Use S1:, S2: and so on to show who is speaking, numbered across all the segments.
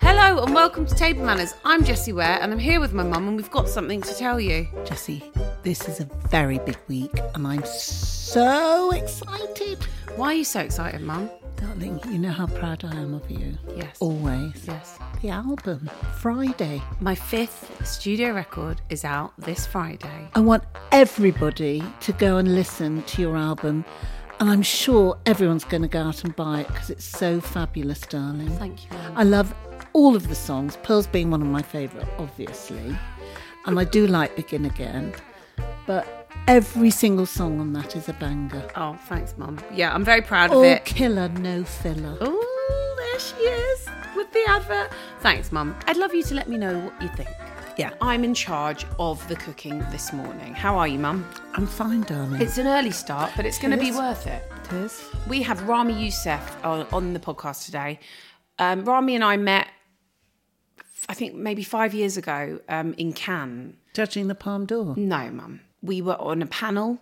S1: Hello and welcome to Table Manners. I'm Jessie Ware and I'm here with my mum and we've got something to tell you.
S2: Jesse, this is a very big week and I'm so excited.
S1: Why are you so excited, mum?
S2: Darling, you know how proud I am of you.
S1: Yes.
S2: Always.
S1: Yes.
S2: The album, Friday.
S1: My fifth studio record is out this Friday.
S2: I want everybody to go and listen to your album. And I'm sure everyone's going to go out and buy it because it's so fabulous, darling.
S1: Thank you, Mum.
S2: I love all of the songs, Pearl's being one of my favourite, obviously. And I do like Begin Again. But every single song on that is a banger.
S1: Oh, thanks, mum. Yeah, I'm very proud of
S2: All
S1: it.
S2: killer, no filler.
S1: Oh, there she is with the advert. Thanks, Mum. I'd love you to let me know what you think.
S2: Yeah.
S1: I'm in charge of the cooking this morning. How are you, Mum?
S2: I'm fine, darling.
S1: It's an early start, but it's going to be
S2: Yes.
S1: worth it.
S2: It is.
S1: We have Rami Youssef on, on the podcast today. Um, Rami and I met, I think, maybe five years ago um, in Cannes.
S2: Judging the Palm d'Or.
S1: No, Mum. We were on a panel.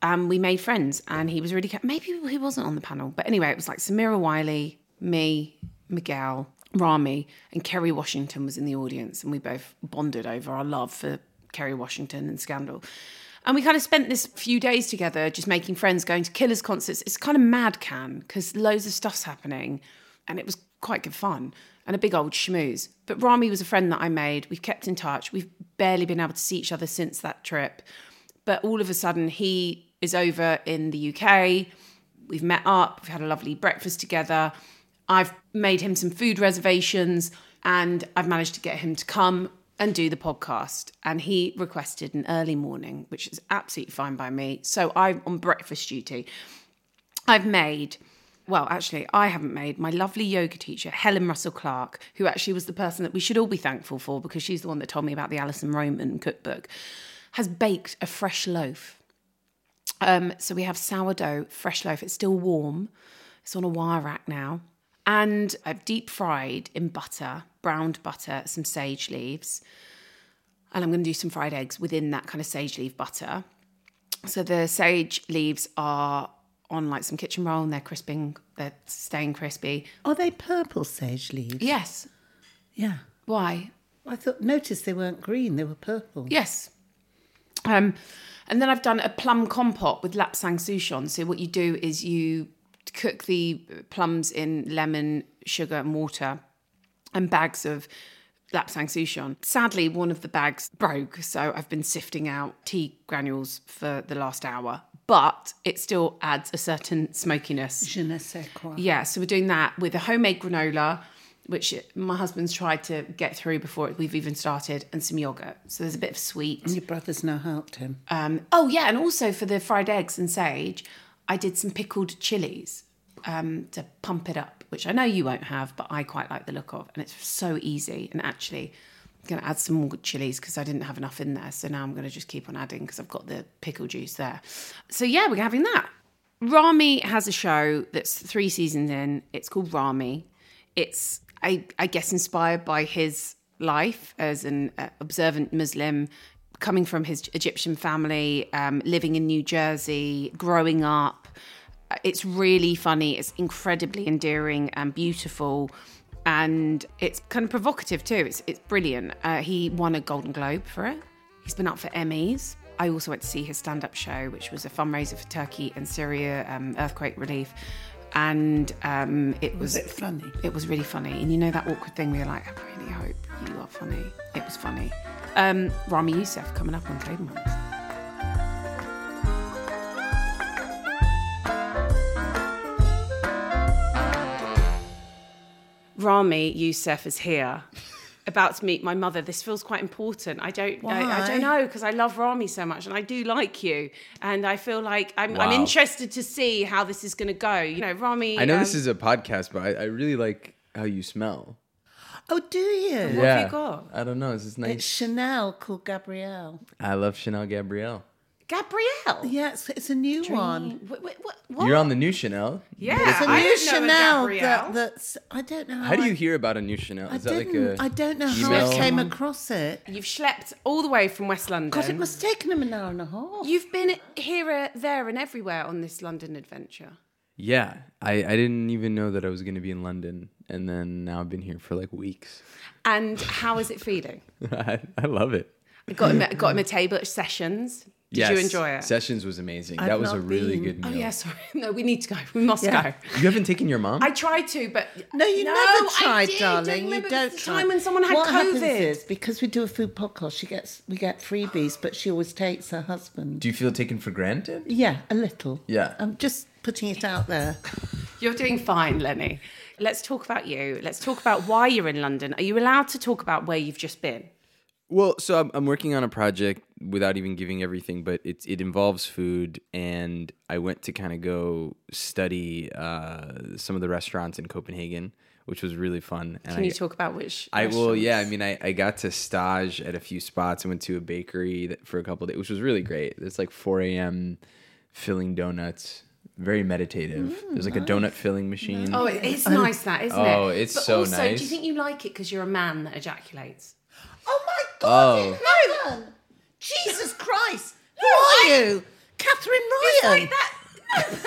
S1: Um, we made friends, and he was really ca- maybe he wasn't on the panel, but anyway, it was like Samira Wiley, me, Miguel, Rami, and Kerry Washington was in the audience, and we both bonded over our love for Kerry Washington and Scandal. And we kind of spent this few days together, just making friends, going to Killers concerts. It's kind of mad can because loads of stuff's happening, and it was quite good fun and a big old schmooze. But Rami was a friend that I made. We've kept in touch. We've barely been able to see each other since that trip. But all of a sudden, he is over in the UK. We've met up, we've had a lovely breakfast together. I've made him some food reservations and I've managed to get him to come and do the podcast. And he requested an early morning, which is absolutely fine by me. So I'm on breakfast duty. I've made, well, actually, I haven't made my lovely yoga teacher, Helen Russell Clark, who actually was the person that we should all be thankful for because she's the one that told me about the Alison Roman cookbook, has baked a fresh loaf. Um, so we have sourdough, fresh loaf. It's still warm. It's on a wire rack now. And I've deep fried in butter, browned butter, some sage leaves. And I'm going to do some fried eggs within that kind of sage leaf butter. So the sage leaves are on like some kitchen roll and they're crisping, they're staying crispy.
S2: Are they purple sage leaves?
S1: Yes.
S2: Yeah.
S1: Why?
S2: I thought, noticed they weren't green, they were purple.
S1: Yes. Um, and then I've done a plum compote with lapsang souchon. So what you do is you cook the plums in lemon, sugar, and water, and bags of lapsang souchon. Sadly, one of the bags broke, so I've been sifting out tea granules for the last hour. But it still adds a certain smokiness.
S2: Je ne sais quoi.
S1: Yeah, so we're doing that with a homemade granola, which my husband's tried to get through before we've even started, and some yogurt. So there's a bit of sweet.
S2: And your brother's now helped him.
S1: Um, oh yeah, and also for the fried eggs and sage, I did some pickled chilies um, to pump it up, which I know you won't have, but I quite like the look of, and it's so easy. And actually, I'm going to add some more chilies because I didn't have enough in there, so now I'm going to just keep on adding because I've got the pickle juice there. So yeah, we're having that. Rami has a show that's three seasons in. It's called Rami. It's I, I guess inspired by his life as an uh, observant Muslim, coming from his Egyptian family, um, living in New Jersey, growing up. Uh, It's really funny. It's incredibly endearing and beautiful. And it's kind of provocative too. It's, it's brilliant. Uh, he won a Golden Globe for it. He's been up for Emmys. I also went to see his stand up show, which was a fundraiser for Turkey and Syria um, earthquake relief. And um, it was,
S2: it funny?
S1: It was really funny. And you know that awkward thing where you're like, I really hope you are funny. It was funny. Um, Rami Youssef coming up on Table Months. Rami Youssef is here, about to meet my mother. This feels quite important. I don't, I, I
S2: Why?
S1: don't know because I love Rami so much and I do like you, and I feel like I'm, I'm
S3: Wow.
S1: interested to see how this is going to go. You know, Rami.
S3: I know
S1: um,
S3: this is a podcast, but I, I really like how you smell.
S2: Oh, do you?
S1: What have you got?
S3: I don't know. It's just
S2: It's
S3: nice.
S2: Chanel called Gabrielle.
S3: I love Chanel Gabrielle.
S1: Gabrielle.
S2: Yeah, it's, it's a new one.
S1: Wh- wh- wh- what?
S3: You're on the new Chanel.
S1: yeah,
S2: It's a
S1: I
S2: new
S1: didn't know a
S2: Chanel
S1: Gabrielle.
S2: that, that's. I don't know.
S3: How do
S2: I-
S3: you hear about a new Chanel?
S2: I
S3: Is that like
S2: didn't.
S3: a
S2: I don't know how
S3: email?
S2: I came across it.
S1: You've schlepped all the way from West London.
S2: God, it must have taken him an hour and a half.
S1: You've been here, uh, there, and everywhere on this London adventure.
S3: Yeah, I, I didn't even know that I was going to be in London, and then now I've been here for like weeks.
S1: And how is it feeling?
S3: I, I love it.
S1: Got him, got
S2: Mm.
S1: him a table at Sessions. Did you
S3: Yes,
S1: enjoy it?
S3: Sessions was amazing.
S2: I've
S3: that was a
S2: not
S3: really
S2: been.
S3: good
S1: oh
S3: meal.
S1: yeah, sorry. No, we need to go. We must
S2: Yeah.
S1: go.
S3: You haven't taken your mom?
S1: I tried to, but
S2: No, you
S1: I
S2: never tried,
S1: did. I
S2: darling.
S1: remember
S2: you
S1: there
S2: don't
S1: was a
S2: try.
S1: time when someone had
S2: what happens
S1: COVID.
S2: is because we do a food podcast, she gets we get freebies, but she always takes her husband.
S3: Do you feel taken for granted?
S2: yeah, a little.
S3: Yeah.
S2: I'm just putting it out there.
S1: You're doing fine, Lenny. Let's talk about you. Let's talk about why you're in London. Are you allowed to talk about where you've just been?
S3: Well, so I'm, I'm working on a project without even giving everything, but it it involves food, and I went to kind of go study uh, some of the restaurants in Copenhagen, which was really fun. And
S1: Can
S3: I,
S1: you talk about which?
S3: I will, yeah. I mean, I, I got to stage at a few spots. I went to a bakery that, for a couple days, which was really great. It's like 4 a.m. filling donuts, very meditative. There's like a donut filling machine.
S1: Mm, Oh, it is nice that, isn't it?
S3: Oh, it's
S1: but
S3: so
S1: also,
S3: nice.
S1: do you think you like it because you're a man that ejaculates?
S2: Oh my God!
S1: Oh.
S2: in heaven! Jesus Christ! Who are you, Catherine Ryan?
S1: Um,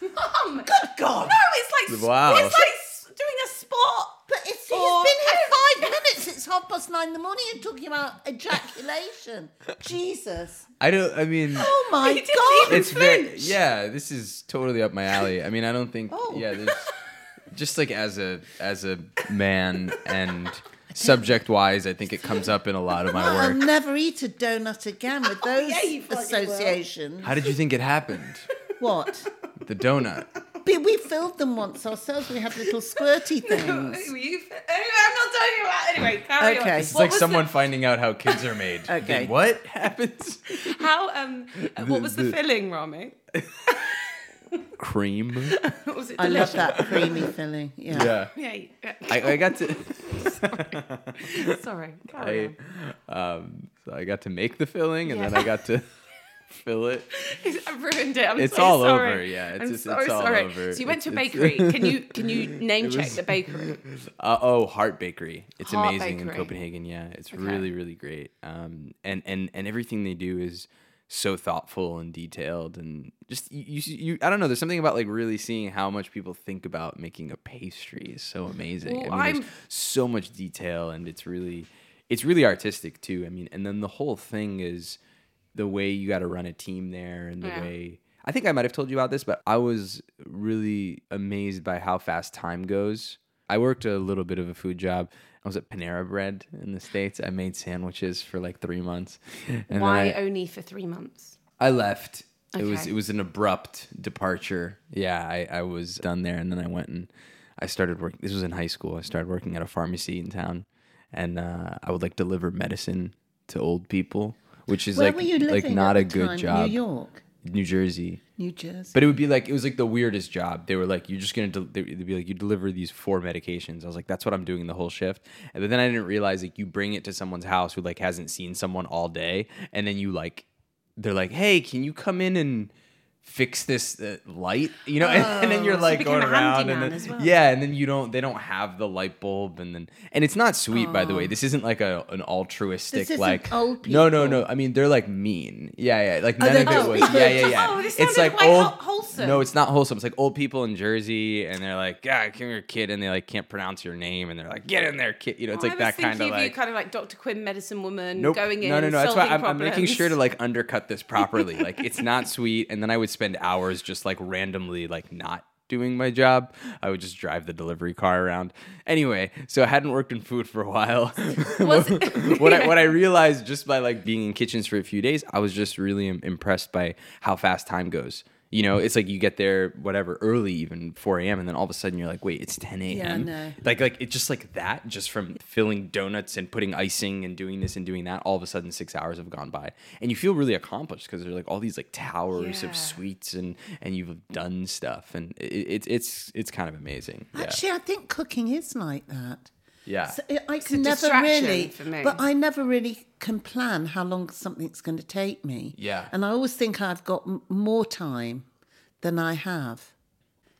S1: Mum!
S2: Good God!
S1: No, it's like
S3: Wow.
S1: it's like s- doing a sport.
S2: But it's,
S1: Or-
S2: he's been here five minutes. It's half past nine in the morning. You're talking about ejaculation. Jesus!
S3: I don't. I mean,
S2: Oh my
S1: He didn't
S2: God!
S1: even
S3: it's very.
S1: flinch.
S3: Yeah, this is totally up my alley. I mean, I don't think.
S1: Oh.
S3: Yeah, there's just like as a as a man and subject wise, I think it comes up in a lot of my
S2: I'll
S3: work.
S2: never eat a donut again with those
S1: yeah, you bloody will.
S2: associations.
S3: How did you think it happened?
S2: What?
S3: The donut.
S2: But we filled them once ourselves. We had little squirty things.
S1: Were you? Anyway, I'm not talking about. Anyway, carry
S2: Okay.
S1: on.
S2: It's
S3: It's
S1: What
S3: like
S1: was
S3: someone finding out how kids are made. They-
S2: Okay.
S3: what happens?
S1: The, how um, what was the, filling, Rami?
S3: Cream.
S1: Was it
S2: I love
S1: delicious?
S2: that creamy filling. Yeah.
S3: Yeah.
S1: Yeah, yeah.
S3: I, I got to
S1: Sorry. Carry
S3: I,
S1: on.
S3: um, so I got to make the filling and then I got to fill it.
S1: I ruined it. I'm
S3: It's
S1: so
S3: all
S1: sorry.
S3: over, yeah, it's
S1: I'm
S3: just-
S1: so
S3: it's all
S1: sorry.
S3: over.
S1: So you went to a
S3: It's-
S1: bakery. Can you can you name check the bakery?
S3: Uh, oh, Heart Bakery. It's
S1: Heart
S3: amazing in
S1: Bakery.
S3: Copenhagen. Yeah, it's really really great. Um, and and and everything they do is so thoughtful and detailed and just you, you you I don't know. There's something about like really seeing how much people think about making a pastry is so amazing.
S1: Well,
S3: I mean,
S1: I'm-
S3: there's so much detail and it's really it's really artistic too. I mean, and then the whole thing is the way you got to run a team there and the
S1: Yeah.
S3: way I think I might have told you about this, but I was really amazed by how fast time goes. I worked a little bit of a food job. I was at Panera Bread in the States. I made sandwiches for like three months. And then
S1: Why
S3: I,
S1: only for three months?
S3: I left. It was
S1: Okay.
S3: it was an abrupt departure. Yeah, I, I was done there and then I went and I started working this was in high school. I started working at a pharmacy in town and uh, I would like deliver medicine to old people, which is
S2: Where
S3: like
S2: were you living?
S3: like not
S2: at
S3: a
S2: the
S3: good
S2: time?
S3: job.
S2: New York,
S3: New Jersey.
S2: New Jersey.
S3: But it would be like it was like the weirdest job. They were like, "You're just gonna," del they'd be like, "You deliver these four medications." I was like, "That's what I'm doing the whole shift." And but then I didn't realize like you bring it to someone's house who like hasn't seen someone all day, and then you like, they're like, "Hey, can you come in and fix this uh, light?" You know, and, and then you're like
S1: became
S3: going
S1: a
S3: around, and
S1: handyman
S3: then
S1: as well.
S3: yeah, yeah, and then you don't. They don't have the light bulb, and then and it's not sweet, by the way. This isn't like a an altruistic
S2: This isn't
S3: like.
S2: old
S3: No, no,
S2: people.
S3: no. I mean, they're like mean. Yeah, yeah. Like none
S2: they're
S3: of it
S2: just
S3: was.
S2: people.
S3: Yeah, yeah, yeah.
S1: Oh, this
S3: it's
S1: sounded
S3: like
S1: quite
S3: old.
S1: whol- wholesome.
S3: No, it's not wholesome. It's like old people in Jersey, and they're like, "God, come here, kid," and they like can't pronounce your name, and they're like, "Get in there, kid." You know, it's
S1: Oh, I
S3: like
S1: was
S3: that
S1: thinking
S3: kind of
S1: of you
S3: like.
S1: kind of like Dr. Quinn, medicine woman,
S3: Nope.
S1: going in.
S3: no, no, no. That's why
S1: solving
S3: I'm, I'm making
S1: problems.
S3: sure to like undercut this properly. like it's not sweet, and then I would spend hours just like randomly like not doing my job. I would just drive the delivery car around. Anyway, so I hadn't worked in food for a while.
S1: Was-
S3: what I what I realized just by like being in kitchens for a few days, I was just really im- impressed by how fast time goes. You know, it's like you get there whatever early, even 4 a.m., and then all of a sudden you're like, wait, it's 10 a.m.
S2: know.
S3: Like like it's just like that, just from filling donuts and putting icing and doing this and doing that. All of a sudden, six hours have gone by, and you feel really accomplished because there's like all these like towers
S1: Yeah.
S3: of sweets and and you've done stuff, and it, it's it's it's kind of amazing. Yeah.
S2: Actually, I think cooking is like that.
S3: yeah.
S2: So I- I can never
S1: distraction
S2: really,
S1: for me.
S2: but I never really can plan how long something's going to take me.
S3: Yeah.
S2: and I always think I've got m- more time than I have.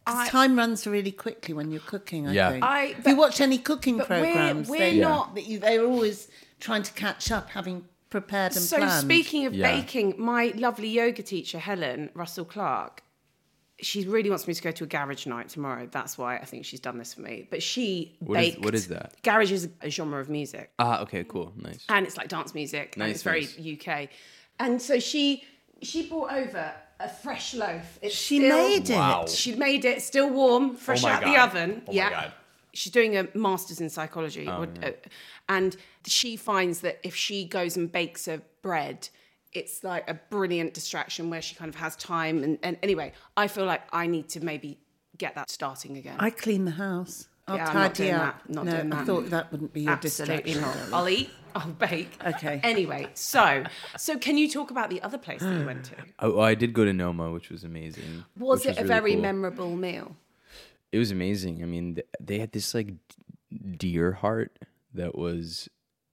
S2: 'Cause
S1: I-
S2: time runs really quickly when you're cooking. I
S3: Yeah.
S2: think.
S1: I-
S2: if you
S1: but-
S2: watch any cooking
S1: but we're-
S2: programs,
S1: we're
S2: they're
S1: Yeah.
S2: not that you. They're always trying to catch up, having prepared and
S1: So
S2: planned.
S1: speaking of
S3: Yeah.
S1: baking, my lovely yoga teacher Helen Russell Clark, she really wants me to go to a garage night tomorrow. That's why I think she's done this for me. But she
S3: What is-
S1: baked.
S3: what is that?
S1: Garage is a genre of music,
S3: Ah, okay, cool, nice.
S1: and it's like dance music. and
S3: Nice,
S1: it's very
S3: nice.
S1: UK. And so she she brought over a fresh loaf. It's
S2: she
S1: still-
S2: made it.
S3: Wow.
S1: She made it still warm, fresh
S3: my
S1: out the
S3: God.
S1: oven.
S3: Oh my
S1: yeah.
S3: God. Oh,
S1: She's doing a master's in psychology. or- uh, And she finds that if she goes and bakes a bread, it's like a brilliant distraction where she kind of has time. And, and anyway, I feel like I need to maybe get that starting again.
S2: I clean the house. I'll
S1: Yeah, I'm not
S2: tidy
S1: doing
S2: up.
S1: that, not
S2: no,
S1: doing
S2: I
S1: that.
S2: thought that wouldn't be your
S1: Absolutely
S2: distraction.
S1: not.
S2: darling.
S1: I'll eat, I'll bake.
S2: Okay.
S1: Anyway, so so can you talk about the other place that you went to?
S3: Oh, well, I did go to Noma, which was amazing.
S1: Was
S3: which
S1: it a
S3: really
S1: very
S3: cool.
S1: memorable meal?
S3: It was amazing. I mean, th- they had this like d- deer heart that was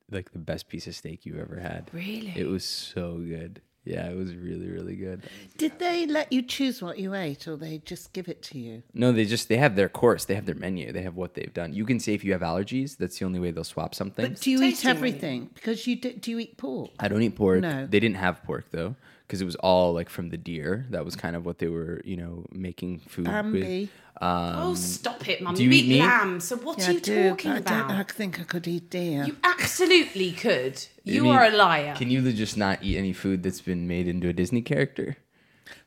S3: like the best piece of steak you've ever had.
S1: Really?
S3: It was so good. Yeah, it was really, really good.
S2: Did they let you choose what you ate, or they just give it to you?
S3: No, they just they have their course, they have their menu, they have what they've done. You can say if you have allergies, that's the only way they'll swap something.
S2: Do you eat
S1: tasting menu.
S2: everything? Because you do, do you eat pork?
S3: I don't eat pork.
S2: No.
S3: They didn't have pork though, because it was all like from the deer. That was kind of what they were, you know, making food with.
S2: Bambi.
S1: oh, stop it, Mum.
S3: do
S1: You,
S3: you
S1: eat
S3: eat meat?
S1: lamb. So what
S2: Yeah,
S1: are
S2: I
S1: you
S2: do,
S1: talking
S2: but I
S1: about?
S2: don't I think I could eat deer.
S1: You absolutely could. You
S3: I mean,
S1: are a liar.
S3: Can you just not eat any food that's been made into a Disney character?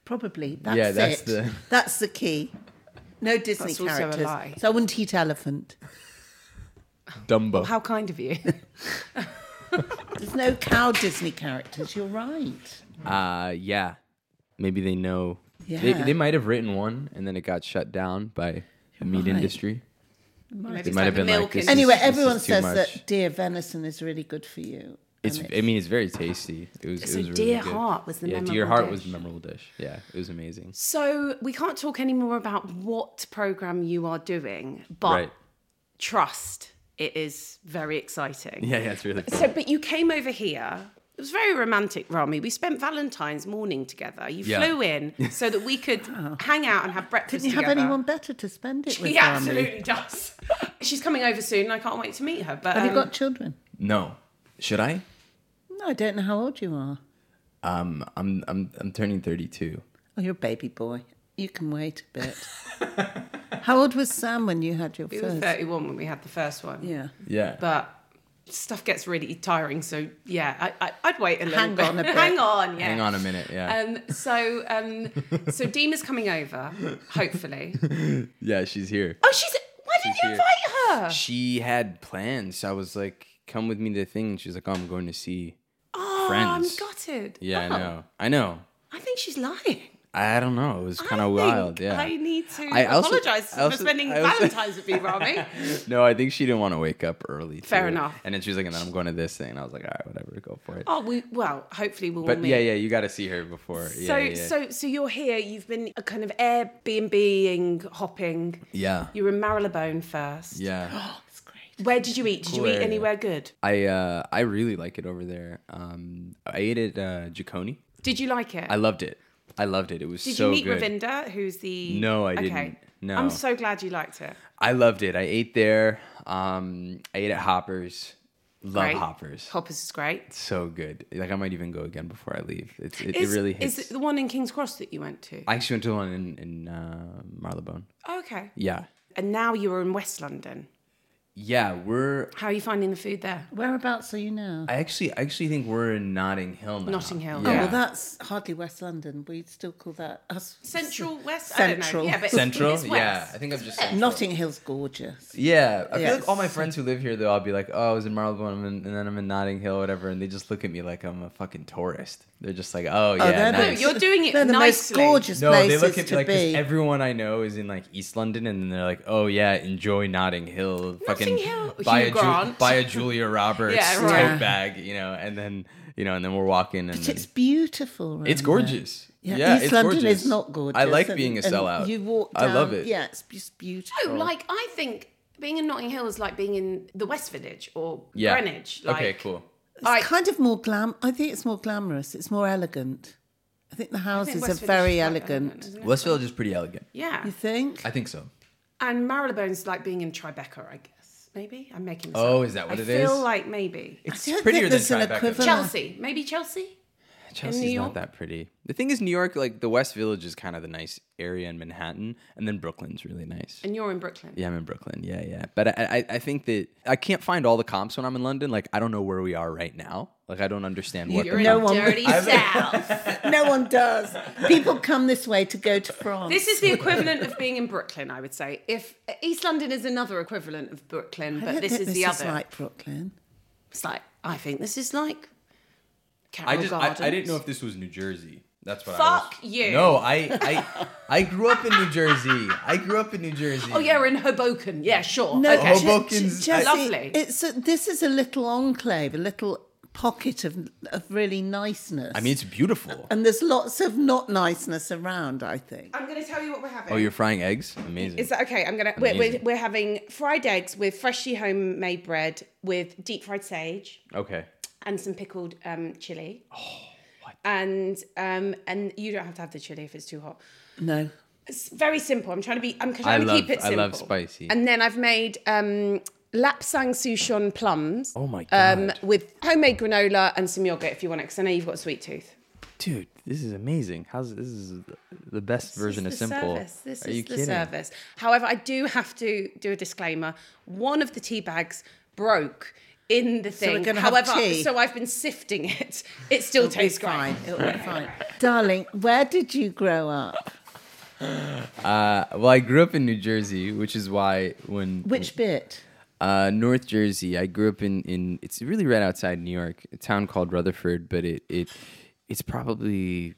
S2: Probably. That's
S3: Yeah, that's
S2: it.
S3: the-
S2: That's the key. No Disney
S1: That's also a
S2: characters.
S1: lie.
S2: So I wouldn't eat elephant.
S3: Dumbo.
S1: How kind of you.
S2: There's no cow Disney characters. You're right.
S3: Uh, yeah. Maybe they know. They,
S2: Yeah.
S3: they might have written one and then it got shut down by the meat
S2: Right.
S3: industry.
S1: Maybe
S3: might have been like, this is-
S2: Anyway,
S3: this is
S2: everyone
S3: too
S2: says
S3: much.
S2: that deer venison is really good for you.
S3: It's.
S2: And
S3: I mean, it's very tasty. It was.
S1: So
S3: it was
S1: deer
S3: really good.
S1: heart was the
S3: yeah. Deer
S1: memorable
S3: heart
S1: dish.
S3: was the memorable dish. Yeah, it was amazing.
S1: So we can't talk any more about what program you are doing, but
S3: right.
S1: trust it is very exciting.
S3: Yeah, yeah, it's really. Cool.
S1: So, but you came over here. It was very romantic, Rami. We spent Valentine's morning together. You
S3: Yeah.
S1: flew in so that we could hang out and have breakfast.
S2: Oh. Didn't you have
S1: together.
S2: anyone better to spend it with?
S1: She
S2: Rami?
S1: absolutely does. She's coming over soon. and I can't wait to meet her. But
S2: Have
S1: um,
S2: you got children?
S3: No, should I?
S2: No, I don't know how old you are.
S3: Um, I'm I'm I'm turning 32.
S2: Oh, you're a baby boy. You can wait a bit. how old was Sam when you had your
S1: we were
S2: first?
S1: 31 when we had the first one.
S2: Yeah.
S3: Yeah.
S1: but stuff gets really tiring. So yeah, I, I, I'd wait a little
S2: Hang
S1: bit.
S2: on a bit.
S1: Hang on, yeah.
S3: Hang on a minute. Yeah.
S1: Um, so um, so Deema's coming over, hopefully.
S3: yeah, she's here.
S1: Oh, she's. Why didn't you
S3: here.
S1: invite her?
S3: She had plans. So I was like, "Come with me to the thing." She's like, "Oh, I'm going to see."
S1: Oh,
S3: friends.
S1: I'm gutted.
S3: Yeah,
S1: Oh,
S3: I know. I know.
S1: I think she's lying.
S3: I don't know. It was kind
S1: I
S3: of
S1: think
S3: wild. Yeah.
S1: I need to
S3: I also-
S1: apologize
S3: I also-
S1: for spending
S3: I also-
S1: Valentine's with you, Robbie.
S3: No, I think she didn't want to wake up early.
S1: Fair
S3: too.
S1: enough.
S3: And then she was like, and then I'm going to this thing. And I was like, all right, whatever, go for it.
S1: Oh, we well, hopefully we'll
S3: but
S1: meet.
S3: yeah, yeah, you got to see her before.
S1: So,
S3: yeah, yeah, yeah.
S1: so, so you're here. You've been a kind of Airbnb hopping.
S3: Yeah.
S1: You were in Marylebone first.
S3: yeah.
S1: Where did you eat? Did you eat
S3: area.
S1: anywhere good?
S3: I uh, I really like it over there. Um, I ate at uh, Jacone.
S1: Did you like it?
S3: I loved it. I loved it. It was
S1: did
S3: so
S1: you meet
S3: good.
S1: Ravinda, who's the?
S3: No, I didn't. No.
S1: I'm so glad you liked it.
S3: I loved it. I ate there. Um, I ate at Hoppers. Love
S1: Great.
S3: Hoppers.
S1: Hoppers is great.
S3: so good. Like I might even go again before I leave. It's, it,
S1: Is-
S3: it really hits.
S1: Is it the one in King's Cross that you went to?
S3: I actually went to one in in uh, Marylebone.
S1: Oh, okay.
S3: Yeah.
S1: And now you are in West London.
S3: yeah, we're.
S1: How are you finding the food there?
S2: Whereabouts are you now?
S3: I actually, I actually think we're in Notting Hill now.
S1: Notting Hill.
S3: Yeah.
S2: Oh, well, that's hardly West London. We still call that us.
S1: Central West.
S2: Central.
S1: I don't know. Yeah, but
S3: Central.
S1: It's west.
S3: Yeah, I think I'm just. Central.
S2: Notting Hill's gorgeous.
S3: Yeah, I feel
S2: Yes.
S3: like all my friends who live here though, I'll be like, "Oh, I was in Marylebone, and then I'm in Notting Hill, whatever," and they just look at me like I'm a fucking tourist. They're just like, "Oh yeah."
S2: they're
S3: nice."
S2: the-
S1: No, you're doing it
S2: They're the most
S1: nicely.
S2: gorgeous
S3: No, they
S2: places
S3: look at me
S2: to
S3: like
S2: be.
S3: this, everyone I know is in like East London, and then they're like, "Oh yeah, enjoy Notting Hill, fucking
S1: Hill,
S3: buy
S1: Hugh
S3: a Ju-
S1: Grant."
S3: buy a Julia Roberts
S1: Yeah,
S3: tote
S1: right.
S3: bag, you know." And then you know, and then we're walking, and
S2: But
S3: then-
S2: it's beautiful. round
S3: it's
S2: there.
S3: gorgeous. Yeah,
S2: Yeah, East
S3: it's
S2: London
S3: gorgeous.
S2: is not gorgeous.
S3: I like
S2: and-
S3: being a
S2: and
S3: sellout.
S2: You walk.
S3: I love
S2: down-
S3: it.
S2: Yeah, it's just beautiful.
S1: No, Oh, like I think being in Notting Hill is like being in the West Village or
S3: yeah.
S1: Greenwich. Like,
S3: okay, cool.
S2: it's
S1: like-
S2: kind of more glam. I think it's more glamorous. It's more elegant. I think the
S1: I think
S2: houses
S1: West
S2: are
S1: Village is
S2: very
S1: quite
S2: elegant.
S1: isn't it?
S3: West Village is pretty elegant.
S1: Yeah,
S2: You think?
S3: I think so.
S1: and Marylebone's like being in Tribeca, I guess. Maybe I'm making. This
S3: Oh,
S1: up.
S3: is that what
S1: I
S3: it
S1: feel
S3: is?
S1: like maybe
S3: It's
S2: don't
S3: prettier
S2: think
S3: than
S2: there's an
S3: Tribeca.
S2: equivalent.
S1: Chelsea. Maybe Chelsea.
S3: Chelsea's
S1: New York.
S3: not that pretty. The thing is, New York, like the West Village, is kind of the nice area in Manhattan, and then Brooklyn's really nice.
S1: And you're in Brooklyn.
S3: Yeah, I'm in Brooklyn. Yeah, yeah. But I, I, I think that I can't find all the comps when I'm in London. Like, I don't know where we are right now. Like, I don't understand what.
S1: You're
S3: the
S1: in
S2: No
S1: the
S2: one-
S1: dirty south.
S2: no one does. People come this way to go to France.
S1: This is the equivalent of being in Brooklyn, I would say. If East London is another equivalent of Brooklyn,
S2: I
S1: but
S2: don't
S1: this
S2: think
S1: is the
S2: is
S1: other.
S2: like Brooklyn.
S1: it's like I think this is like. Carol
S3: I just, I, I didn't
S1: Gardens.
S3: know if this was New Jersey. That's what.
S1: Oh, Fuck
S3: I was,
S1: you.
S3: No, I, I, I grew up in New Jersey. I grew up in New Jersey.
S1: Oh yeah, we're in Hoboken. Yeah, sure.
S2: No,
S1: okay.
S2: Je- Je-
S3: Hoboken's-
S2: Jesse,
S1: Lovely.
S2: It's a, this is a little enclave, a little pocket of of really niceness.
S3: I mean, it's beautiful.
S2: and there's lots of not niceness around. I think.
S1: I'm going to tell you what we're having.
S3: Oh, you're frying eggs. Amazing.
S1: Is that okay? I'm gonna. We're, we're,
S3: Amazing.
S1: we're having fried eggs with freshly homemade bread with deep fried sage
S3: okay.
S1: and some pickled um, chili. Oh, And um, and you don't have to have the chili if it's too hot.
S2: No,
S1: It's very simple. I'm trying to be. I'm trying to
S3: love-
S1: keep it
S3: I
S1: simple.
S3: love spicy.
S1: And then I've made um, lapsang souchon plums.
S3: Oh my god,
S1: Um, with homemade granola and some yogurt if you want it, because I know you've got a sweet tooth.
S3: dude, this is amazing. How's this is the best version
S1: This
S3: of
S1: is the
S3: simple?
S1: Service. This
S3: Are
S1: is
S3: you
S1: the
S3: kidding?
S1: service. However, I do have to do a disclaimer. One of the tea bags broke in the
S2: we're
S1: thing.
S2: gonna have
S1: However,
S2: tea.
S1: so I've been sifting it. It still
S2: it'll be
S1: tastes great.
S2: fine. It'll be fine, darling. Where did you grow up?
S3: Well, I grew up in New Jersey, which is why when
S2: Which bit?
S3: uh, North Jersey, I grew up in in it's really right outside New York, a town called Rutherford, but it it it's probably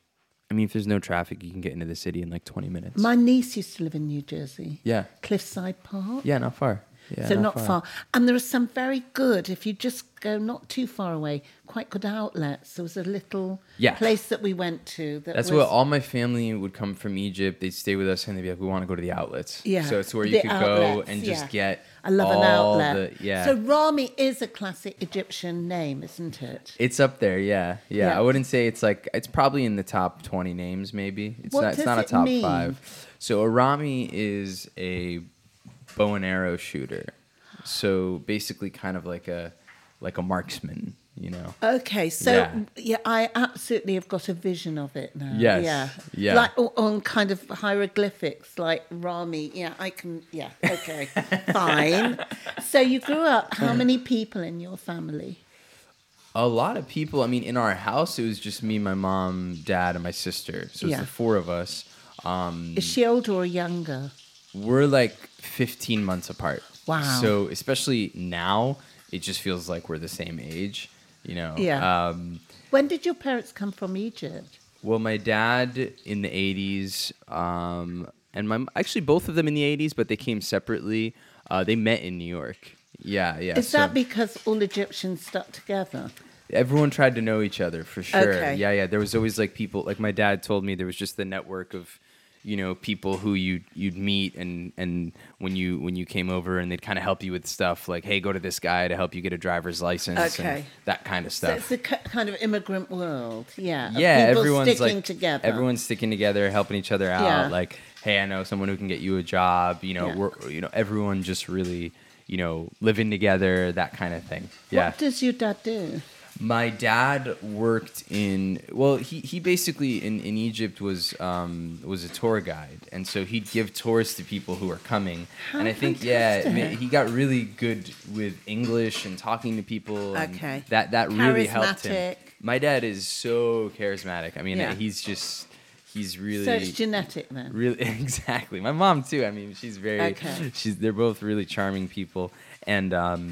S3: I mean, if there's no traffic, you can get into the city in like 20 minutes.
S2: My niece used to live in New Jersey.
S3: Yeah.
S2: Cliffside Park.
S3: yeah, not far. Yeah,
S2: so not far. And there are some very good, if you just go not too far away, quite good outlets. There was a little
S3: Yeah.
S2: place that we went to. That
S3: That's
S2: was,
S3: where all my family would come from Egypt. They'd stay with us and they'd be like, "We want to go to the outlets."
S2: Yeah.
S3: So it's where
S2: The
S3: you could go
S2: outlets,
S3: and just
S2: yeah.
S3: get.
S2: I love an
S3: all
S2: outlet.
S3: the- yeah.
S2: So Rami is a classic Egyptian name, isn't it?
S3: It's up there, yeah, yeah.
S2: Yeah.
S3: I wouldn't say it's like it's probably in the top twenty names, maybe. It's
S2: What
S3: not. It's
S2: does
S3: not a
S2: it
S3: top
S2: mean?
S3: five. So Arami is a bow and arrow shooter. So basically, kind of like a like a marksman, you know.
S2: Okay, so
S3: Yeah.
S2: yeah. I absolutely have got a vision of it now.
S3: Yes,
S2: Yeah.
S3: yeah.
S2: Like o- on kind of hieroglyphics, like Rami. Yeah, I can. Yeah, okay, fine. So you grew up, how many people in your family?
S3: A lot of people. I mean, in our house, it was just me, my mom, dad, and my sister. So it's
S2: Yeah.
S3: the four of us. Um,
S2: Is she older or younger?
S3: we're like 15 months apart.
S2: Wow.
S3: So especially now, it just feels like we're the same age. You know.
S2: Yeah.
S3: Um,
S2: When did your parents come from Egypt?
S3: Well, my dad in the '80s, um, and my actually both of them in the '80s, but they came separately. Uh, they met in New York. Yeah, yeah.
S2: Is
S3: so
S2: that because all Egyptians stuck together?
S3: everyone tried to know each other for sure?
S2: Okay.
S3: Yeah, yeah. There was always like people. Like my dad told me, there was just the network of, you know, people who you you'd meet, and and when you when you came over, and they'd kind of help you with stuff like, hey, go to this guy to help you get a driver's license, and
S2: Okay.
S3: that kind of
S2: So
S3: stuff.
S2: it's the ki- kind of immigrant world, yeah. of
S3: yeah,
S2: people
S3: everyone's
S2: sticking
S3: like
S2: together.
S3: Everyone's sticking together, helping each other out.
S2: Yeah.
S3: Like, hey, I know someone who can get you a job. You know,
S2: Yeah.
S3: we're you know everyone just really you know living together, that kind of thing. Yeah,
S2: What does your dad do?
S3: My dad worked in well, he, he basically in, in Egypt was um, was a tour guide, and so he'd give tours to people who are coming. and I think yeah, ma- he got really good with English and talking to people. and
S4: Okay.
S3: that that really helped
S4: Charismatic.
S3: him. My dad is so charismatic. I mean,
S4: Yeah.
S3: he's just he's really
S2: So it's genetic then.
S3: Really, exactly. My mom too. I mean, she's very.
S2: Okay.
S3: She's. They're both really charming people, and um,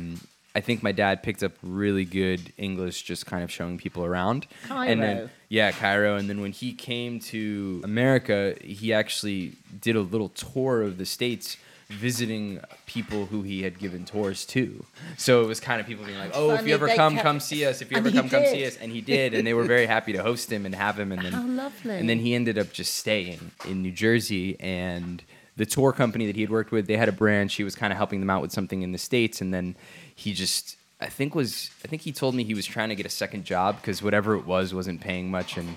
S3: I think my dad picked up really good English, just kind of showing people around. And then,
S2: Cairo.
S3: yeah, Cairo. And then when he came to America, he actually did a little tour of the states. Visiting people who he had given tours to, so it was kind of people being like, "Oh, if
S2: Funny,
S3: you ever
S2: they
S3: come,
S2: kept-
S3: come see us. If you
S2: And
S3: ever
S2: he
S3: come, come see
S2: did.
S3: us." And he did, and they were very happy to host him and have him. And then,
S2: How lovely.
S3: And then he ended up just staying in New Jersey and the tour company that he had worked with, they had a branch. He was kind of helping them out with something in the States. And then he just, I think was, I think he told me he was trying to get a second job because whatever it was wasn't paying much. And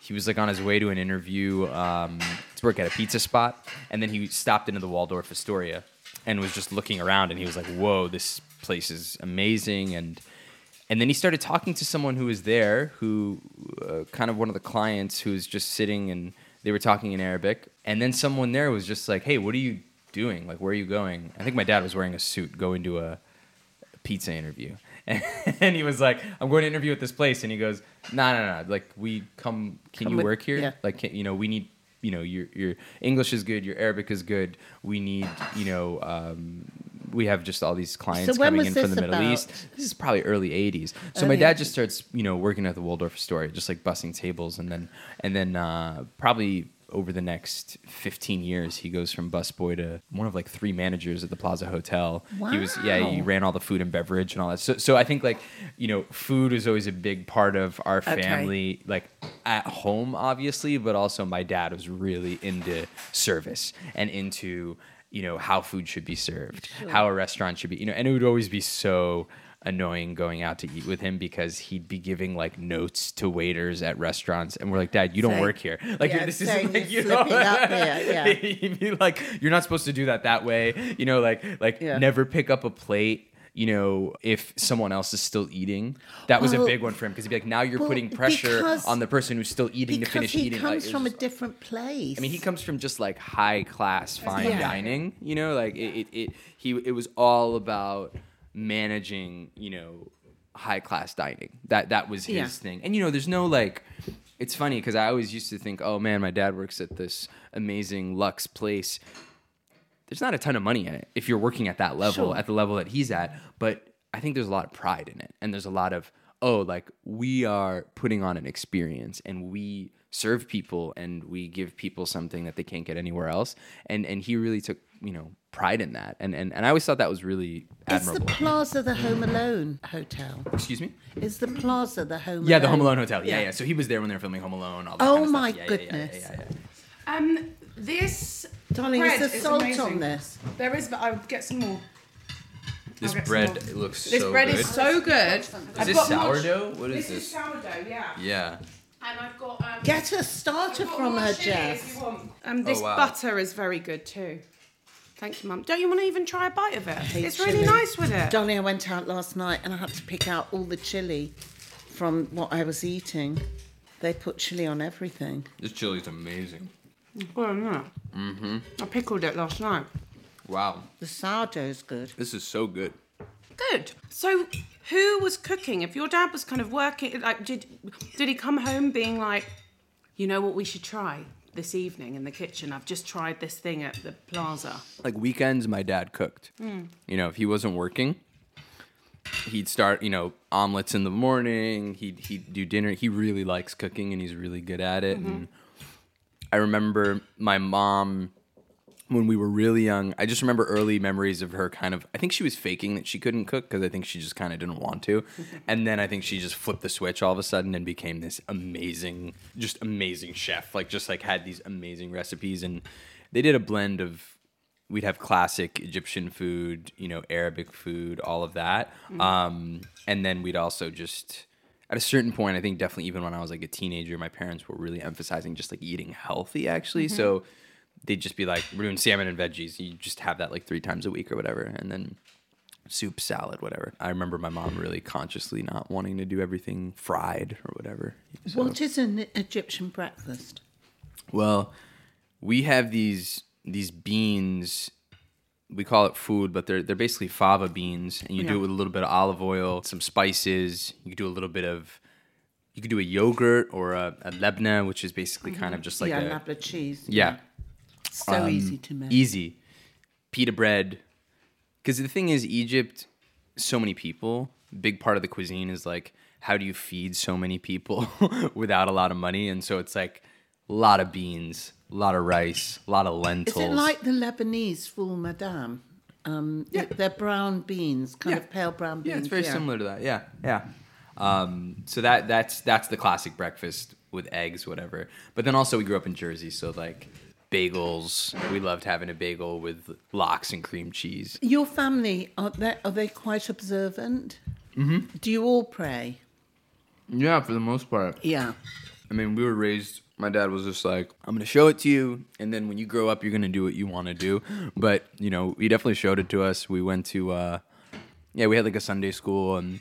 S3: he was like on his way to an interview um, to work at a pizza spot. And then he stopped into the Waldorf Astoria and was just looking around and he was like, whoa, this place is amazing. And, and then he started talking to someone who was there, who uh, kind of one of the clients who was just sitting and they were talking in Arabic. And then someone there was just like, "Hey, what are you doing? Like, where are you going?" I think my dad was wearing a suit, going to a pizza interview, and he was like, "I'm going to interview at this place," and he goes, "No, no, no! Like, we come. Can you
S2: with-
S3: work here?
S2: yeah.
S3: Like, can, you know, we need." You know, your your English is good, your Arabic is good. We need, you know, um, we have just all these clients
S2: when
S3: coming
S2: was
S3: in from
S2: this
S3: the Middle
S2: about?
S3: East this is probably early 80s so my dad just starts you know working at the waldorf astoria just like bussing tables and then and then uh, probably over the next 15 years he goes from busboy to one of like three managers at the plaza hotel he was yeah he
S2: Wow.
S3: ran all the food and beverage and all that so, so i think like you know food is always a big part of our
S4: Okay.
S3: family like at home obviously but also my dad was really into service and into you know how food should be served how a restaurant should be you know and it would always be so annoying going out to eat with him because he'd be giving like notes to waiters at restaurants and we're like dad you don't
S4: Saying-
S3: work here like
S2: Yeah,
S3: this
S2: saying
S3: isn't like you
S2: you're
S3: know
S2: slipping up there, yeah.
S3: he'd be like you're not supposed to do that that way you know like like
S2: Yeah.
S3: never pick up a plate you know if someone else is still eating that was a
S2: Well-
S3: big one for him because he'd be like now you're
S2: Well,
S3: putting pressure
S2: because-
S3: on the person who's still eating to
S2: Because
S3: finish
S2: he
S3: eating like,
S2: comes
S3: it's
S2: from a
S3: just-
S2: different place.
S3: I mean, he comes from just like high class fine dining, you know, like it, it, it he it was all about managing, you know, high class dining. That that was his
S1: Yeah.
S3: thing. And you know, there's no like it's funny cuz I always used to think, "Oh man, my dad works at this amazing luxe place." There's not a ton of money in it if you're working at that level, at the level that he's at, but I think there's a lot of pride in it. And there's a lot of, "Oh, like we are putting on an experience and we serve people and we give people something that they can't get anywhere else." And and he really took, you know, pride in that. And and and I always thought that was really
S2: Is the
S3: admirable.
S2: Plaza the Home Alone hotel?
S3: Excuse me?
S2: Is the Plaza the Home Alone?
S3: Yeah, the Home Alone hotel. Yeah, yeah. So he was there when they were filming Home Alone. All that
S2: Oh
S3: kind of
S2: my
S3: stuff. Yeah, yeah, yeah,
S2: goodness.
S3: yeah, yeah, yeah.
S1: Um, this
S2: Darling,
S1: bread
S2: is there
S1: is
S2: salt
S1: amazing.
S2: on this?
S1: There is, but I'll get some more.
S3: This
S1: get some
S3: bread
S1: more.
S3: looks
S1: This
S3: so
S1: bread
S3: good.
S1: is so good. Is
S3: this sourdough? What is
S1: this? This
S3: this?
S1: is sourdow, yeah.
S3: yeah.
S1: And I've got um,
S2: Get a starter
S1: I've got
S2: from
S1: more
S2: her,
S1: chili if
S2: Jess.
S1: you want. Um, this
S3: Oh, wow.
S1: butter is very good too. Thank you, Mum. Don't you want to even try a bite of it? It's really
S2: chili.
S1: nice with it.
S2: Darling, I went out last night and I had to pick out all the chili from what I was eating. They put chili on everything.
S3: This chili is amazing.
S1: Well, no. Mm-hmm. I pickled it last night.
S3: Wow.
S2: The sourdough's good.
S3: This is so good.
S1: Good. So, who was cooking? If your dad was kind of working, like, did did he come home being like, you know what, we should try this evening in the kitchen? I've just tried this thing at the plaza.
S3: like weekends my dad cooked you know if he wasn't working he'd start you know omelets in the morning he'd, he'd do dinner he really likes cooking and he's really good at it and i remember my mom when we were really young i just remember early memories of her kind of i think she was faking that she couldn't cook because i think she just kind of didn't want to and then i think she just flipped the switch all of a sudden and became this amazing just amazing chef like just like had these amazing recipes and they did a blend of we'd have classic Egyptian food, you know, Arabic food, all of that. Um, and then we'd also just at a certain point, I think definitely even when I was like a teenager, my parents were really emphasizing just like eating healthy actually. So they'd just be like, we're doing salmon and veggies. You just have that like three times a week or whatever. And then soup, salad, whatever. I remember my mom really consciously not wanting to do everything fried or whatever. So-
S2: What is an Egyptian breakfast?
S3: Well, we have these these beans. We call it food, but they're they're basically fava beans, and you do it with a little bit of olive oil, some spices. You could do a little bit of, you could do a yogurt or a, a lebna, which is basically kind of just like
S2: yeah,
S3: a
S2: nabla cheese.
S3: yeah, Um,
S2: so easy to make.
S3: easy pita bread because the thing is egypt so many people big part of the cuisine is like how do you feed so many people without a lot of money and so it's like a lot of beans a lot of rice a lot of
S2: Is
S3: lentils
S2: it like the Lebanese full madame? Um, yeah. They're brown beans, kind
S3: Yeah.
S2: of pale brown beans.
S3: yeah it's very similar to that yeah yeah um, so that that's that's the classic breakfast with eggs whatever but then also we grew up in jersey so like bagels we loved having a bagel with lox and cream cheese
S2: Your family are they are they quite observant? Mm-hmm. Do you all pray?
S3: yeah for the most part
S2: Yeah.
S3: I mean, we were raised. My dad was just like, "I'm gonna show it to you, and then when you grow up, you're gonna do what you want to do." But you know, he definitely showed it to us. We went to, uh, yeah, we had like a Sunday school, and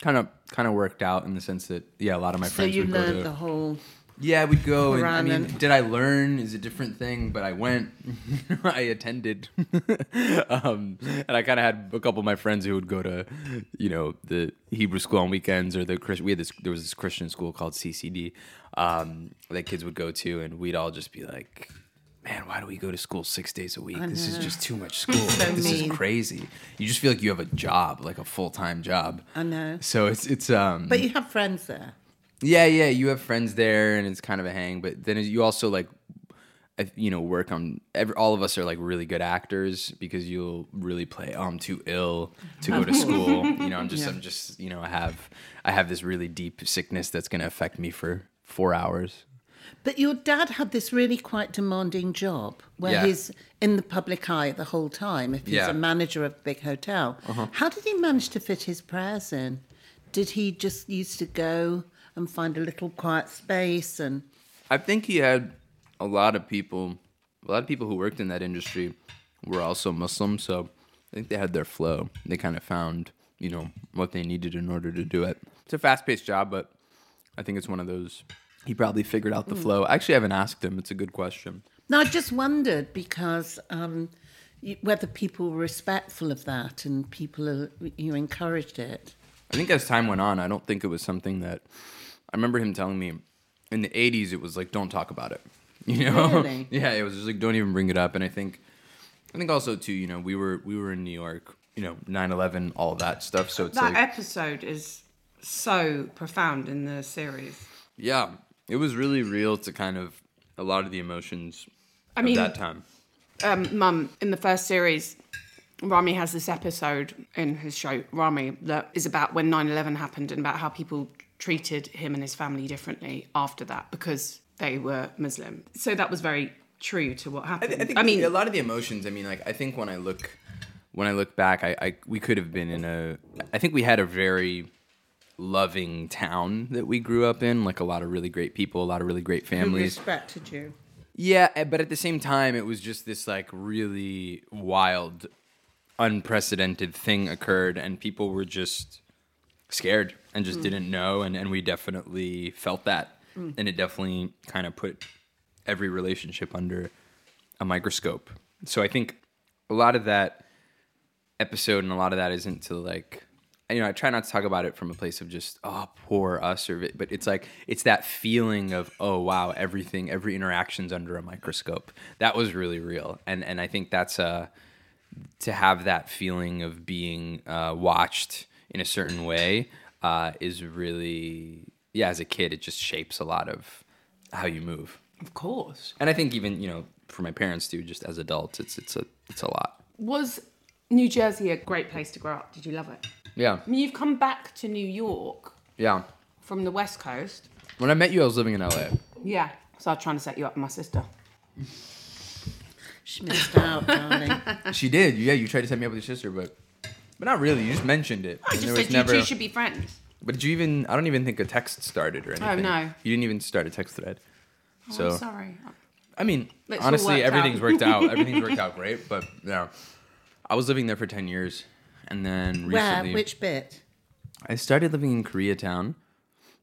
S3: kind of kind of worked out in the sense that yeah, a lot of my
S2: So
S3: friends
S2: you
S3: would go to.
S2: learned the whole.
S3: yeah, we'd go. And, I
S2: Quran
S3: mean,
S2: and-
S3: did I learn? Is a different thing, but I went. I attended, um, and I kind of had a couple of my friends who would go to, you know, the Hebrew school on weekends or the Christian. We had this. There was this Christian school called CCD um, that kids would go to, and we'd all just be like. Man, why do we go to school six days a week? This is just too much school. Like, this
S2: mean.
S3: is crazy. You just feel like you have a job, like a full time job.
S2: I know.
S3: So it's it's um.
S2: But you have friends there.
S3: Yeah, yeah, you have friends there, and it's kind of a hang. But then you also like, I- you know, work on. Every, all of us are like really good actors because you'll really play. Oh, I'm too ill to go to school. you know, I'm just, I'm just, you know, I have, I have this really deep sickness that's going to affect me for four hours.
S2: But your dad had this really quite demanding job where
S3: Yeah.
S2: he's in the public eye the whole time if he's
S3: Yeah. Uh-huh.
S2: a manager of a big hotel. How did he manage to fit his prayers in? Did he just used to go and find a little quiet space and
S3: I think he had a lot of people, a lot of people who worked in that industry were also Muslim, so I think they had their flow. They kind of found, you know, what they needed in order to do it. It's a fast-paced job, but I think it's one of those he probably figured out the flow. I actually haven't asked him. It's a good question.
S2: No, I just wondered because um, y- whether people were respectful of that and people are, you encouraged it.
S3: I think as time went on, I don't think it was something that I remember him telling me in the 80s it was like don't talk about it. You know?
S2: Really?
S3: yeah, it was just like don't even bring it up and I think I think also too, you know, we were we were in New York, you know, 9/11, all that stuff, so it's
S1: That
S3: like
S1: episode is so profound in the series.
S3: yeah, it was really real to kind of a lot of the emotions
S1: I
S3: of
S1: mean,
S3: that time.
S1: um, Mum, in the first series, Rami has this episode in his show, Rami, that is about when 9 11 happened and about how people treated him and his family differently after that because they were Muslim. So that was very true to what happened. I,
S3: I think
S1: mean,
S3: a lot of the emotions. I mean, like I think when I look when I look back, I, I we could have been in a. I think we had a very loving town that we grew up in, like a lot of really great people, a lot of really great families.
S2: Respected you.
S3: Yeah, eh, but at the same time, it was just this like really wild, unprecedented thing occurred, and people were just scared and just didn't know, and and we definitely felt that, and it definitely kind of put every relationship under a microscope. So I think a lot of that episode and a lot of that isn't to like you know I try not to talk about it from a place of just oh poor us or but it's like it's that feeling of oh wow everything every interaction's under a microscope that was really real and and I think that's uh to have that feeling of being uh, watched in a certain way uh, is really yeah as a kid it just shapes a lot of how you move
S1: of course.
S3: and I think even you know for my parents too just as adults it's it's a it's a lot
S1: Was New Jersey a great place to grow up? Did you love it?
S3: yeah
S1: I mean, you've come back to New York
S3: yeah
S1: from the West Coast.
S3: When I met you, I was living in LA.
S1: Yeah. So I was trying to set you up with my sister.
S2: She missed out, darling.
S1: Ah.
S3: She did. Yeah, you tried to set me up with your sister, but but not really. You just mentioned it.
S1: I
S3: And
S1: just
S3: there was
S1: said you two should be friends.
S3: But did you even? I don't even think a text started or anything.
S1: no. Oh,
S3: You didn't even start a text thread. so
S1: I'm sorry.
S3: I mean,
S1: It's all
S3: honestly,
S1: worked
S3: everything's
S1: out.
S3: worked out. Everything's worked out great. But yeah, I was living there for ten years, and then recently
S2: Where? Which bit?
S3: I started living in Koreatown,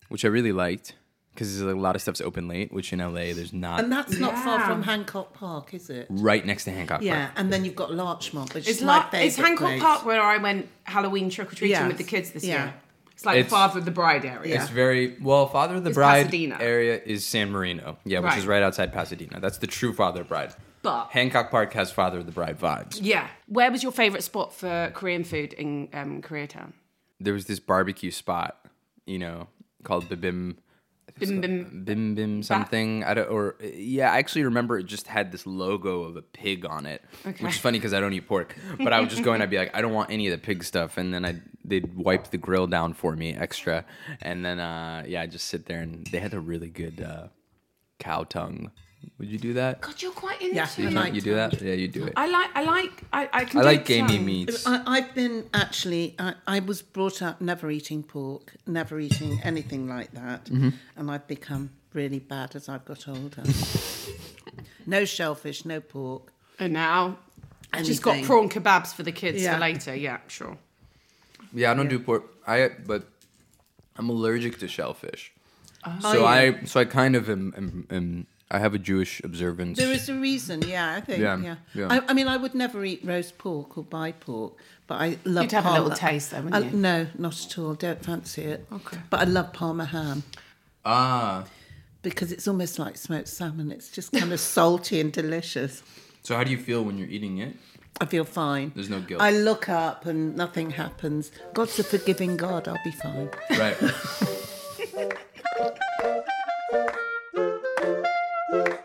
S3: which I really liked because a lot of stuff's open late, which in LA there's not.
S2: And that's not far from Hancock Park, is it?
S3: right next to Hancock
S2: Yeah,
S3: Park.
S2: and then you've got Larchmont, which
S1: It's
S2: is my
S1: like it's
S2: favourite
S1: Hancock
S2: place.
S1: Park where I went Halloween trick or treating
S2: Yeah.
S1: with the kids this
S2: Yeah.
S1: year. It's like
S3: It's-
S1: Father of the Bride area.
S3: It's very well. Father of the
S1: It's
S3: Bride
S1: Pasadena.
S3: area is San Marino, yeah, which
S1: Right.
S3: is right outside Pasadena. That's the true Father of the Bride.
S1: But-
S3: Hancock Park has Father of the Bride vibes.
S1: yeah. Where was your favorite spot for Korean food in um, Koreatown?
S3: There was this barbecue spot, you know, called Bibim.
S1: Bim bim.
S3: Bim Bim something. I don't, or yeah, I actually remember it just had this logo of a pig on it, which is funny because I don't eat pork. But I would just go and I'd be like, I don't want any of the pig stuff, and then I they'd wipe the grill down for me extra, and then uh, yeah, I just sit there and they had a really good uh, cow tongue. Would you do that?
S1: God, you're quite into.
S2: Yeah.
S3: Did
S2: I
S3: you,
S2: like
S3: you do that? Yeah, you do it.
S1: I like. I like. I, I can.
S3: I
S1: do
S3: like gamey
S1: some.
S3: meats.
S2: I, I've been actually, I, I was brought up never eating pork, never eating anything like that. And I've become really bad as I've got older. no shellfish, no pork.
S1: And Oh, now she's got
S2: Anything.
S1: prawn kebabs for the kids
S2: Yeah.
S1: for later. Yeah, sure.
S3: Yeah, I don't do pork. I but I'm allergic to shellfish. so I so I kind of am, am, am I have a Jewish observance.
S2: There is a reason, yeah, I think.
S3: Yeah,
S2: Yeah.
S3: yeah.
S2: I, I mean, I would never eat roast pork or buy pork, but I love
S1: You'd have a little
S2: Parma-
S1: taste though, wouldn't
S2: I-
S1: you?
S2: No, not at all. Don't fancy it.
S1: Okay.
S2: But I love Parma ham.
S3: ah.
S2: Because it's almost like smoked salmon. It's just kind of salty and delicious.
S3: So how do you feel when you're eating it?
S2: I feel fine.
S3: There's no guilt.
S2: I look up and nothing happens. God's a forgiving God. I'll be fine.
S3: Right.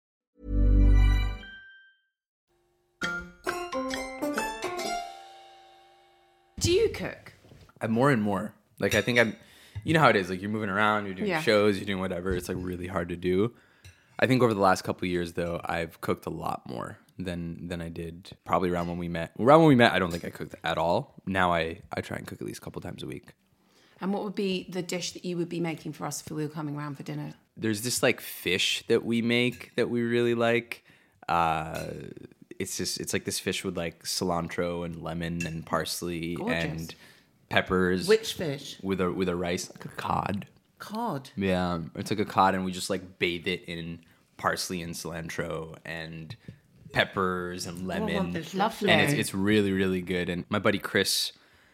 S1: Do you cook?
S3: I more and more. Like I think I'm you know how it is, like you're moving around, you're doing
S1: Yeah.
S3: shows, you're doing whatever. It's like really hard to do. I think over the last couple of years though, I've cooked a lot more than than I did probably around when we met. Around when we met, I don't think I cooked at all. Now I I try and cook at least a couple times a week.
S1: And what would be the dish that you would be making for us if we were coming round for dinner?
S3: there's this like fish that we make that we really like. Uh, it's just it's like this fish with like cilantro and lemon and parsley
S1: Gorgeous.
S3: and peppers
S2: Which fish?
S3: with a with a rice like a cod.
S2: Cod.
S3: Yeah, it's like a cod, and we just like bathe it in parsley and cilantro and peppers and lemon.
S2: this
S1: lovely.
S3: And it's, it's really really good. And my buddy Chris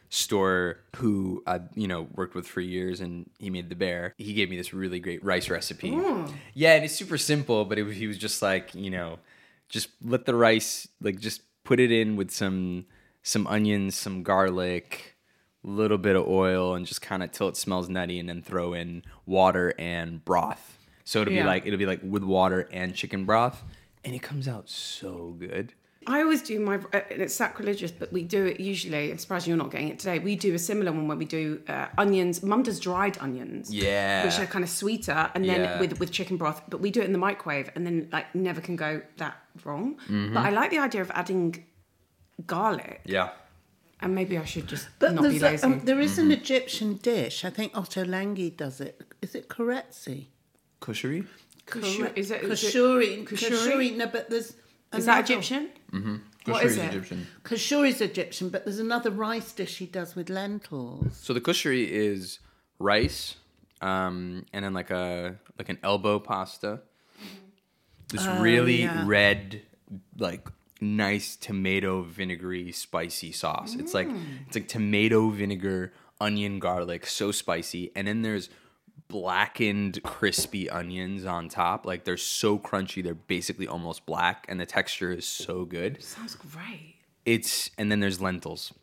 S3: Store, who I you know worked with for years, and he made the bear. He gave me this really great rice recipe. Yeah, and it's super simple, but it, was- he was just like you know, just let the rice like just put it in with some some onions, some garlic little bit of oil and just kind of till it smells nutty and then throw in water and broth. So it'll be like it'll be like with water and chicken broth and it comes out so good.
S1: I always do my, uh, and it's sacrilegious, but we do it usually. I'm surprised you're not getting it today. We do a similar one where we do uh, onions. Mum does dried onions,
S3: Yeah.
S1: which are kind of sweeter, and then
S3: Yeah.
S1: with with chicken broth. But we do it in the microwave, and then like never can go that wrong.
S3: Mm-hmm.
S1: But I like the idea of adding garlic,
S3: Yeah.
S1: and maybe I should just
S2: But
S1: not be
S2: there's
S1: lazy.
S2: a, um, there is an
S3: Mm-hmm.
S2: Egyptian dish. I think Otto Langi does it. Is it Koretsi?
S3: Koshery?
S1: Kushu- is it- is it-
S2: Kashuri.
S1: Kashuri?
S2: Kashuri. No, but there's.
S1: Is that
S2: another-
S1: Egyptian?
S3: Mm-hmm.
S1: What is it?
S2: Kashuri's Egyptian, but there's another rice dish he does with lentils.
S3: So the koshery is rice um and then like a like an elbow pasta this
S1: Oh,
S3: really red, like nice tomato vinegary spicy sauce. It's like
S1: Mm.
S3: it's like tomato vinegar, onion, garlic, so spicy. And then there's blackened crispy onions on top. Like they're so crunchy, they're basically almost black and the texture is so good.
S1: Sounds great.
S3: It's and then there's lentils.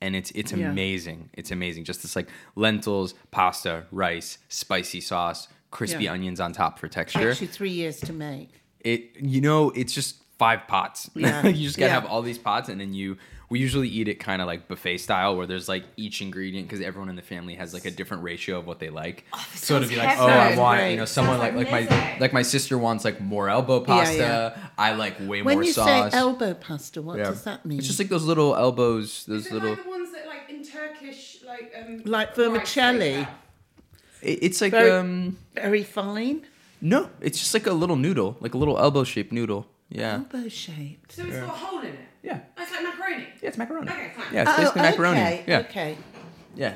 S3: And it's it's amazing. It's amazing. Just this like lentils, pasta, rice, spicy sauce, crispy
S2: Yeah.
S3: onions on top for texture
S2: Takes you three years to make.
S3: it you know it's just five pots
S2: Yeah.
S3: you just gotta
S2: Yeah.
S3: have all these pots and then you we usually eat it kind of like buffet style where there's like each ingredient because everyone in the family has like a different ratio of what they like so it'll be like
S1: heaven.
S3: oh i want
S2: Right.
S3: you know someone like like my like my sister wants like more elbow pasta
S2: yeah.
S3: i like way
S2: When
S3: more
S2: you
S3: sauce
S2: say elbow pasta, what
S3: Yeah.
S2: does that mean?
S3: it's just like those little elbows those little
S1: the ones that like in Turkish, like um,
S2: Like vermicelli,
S3: it- it's like
S2: Very-
S3: um
S2: very fine,
S3: no it's just like a little noodle like a little elbow shaped noodle yeah
S2: elbow shaped.
S1: So it's got a hole in it.
S3: yeah
S1: It's like macaroni.
S3: yeah, it's macaroni.
S1: Okay, fine.
S3: Yeah, it's basically macaroni.
S2: Oh, Okay,
S3: yeah.
S2: okay.
S3: Yeah.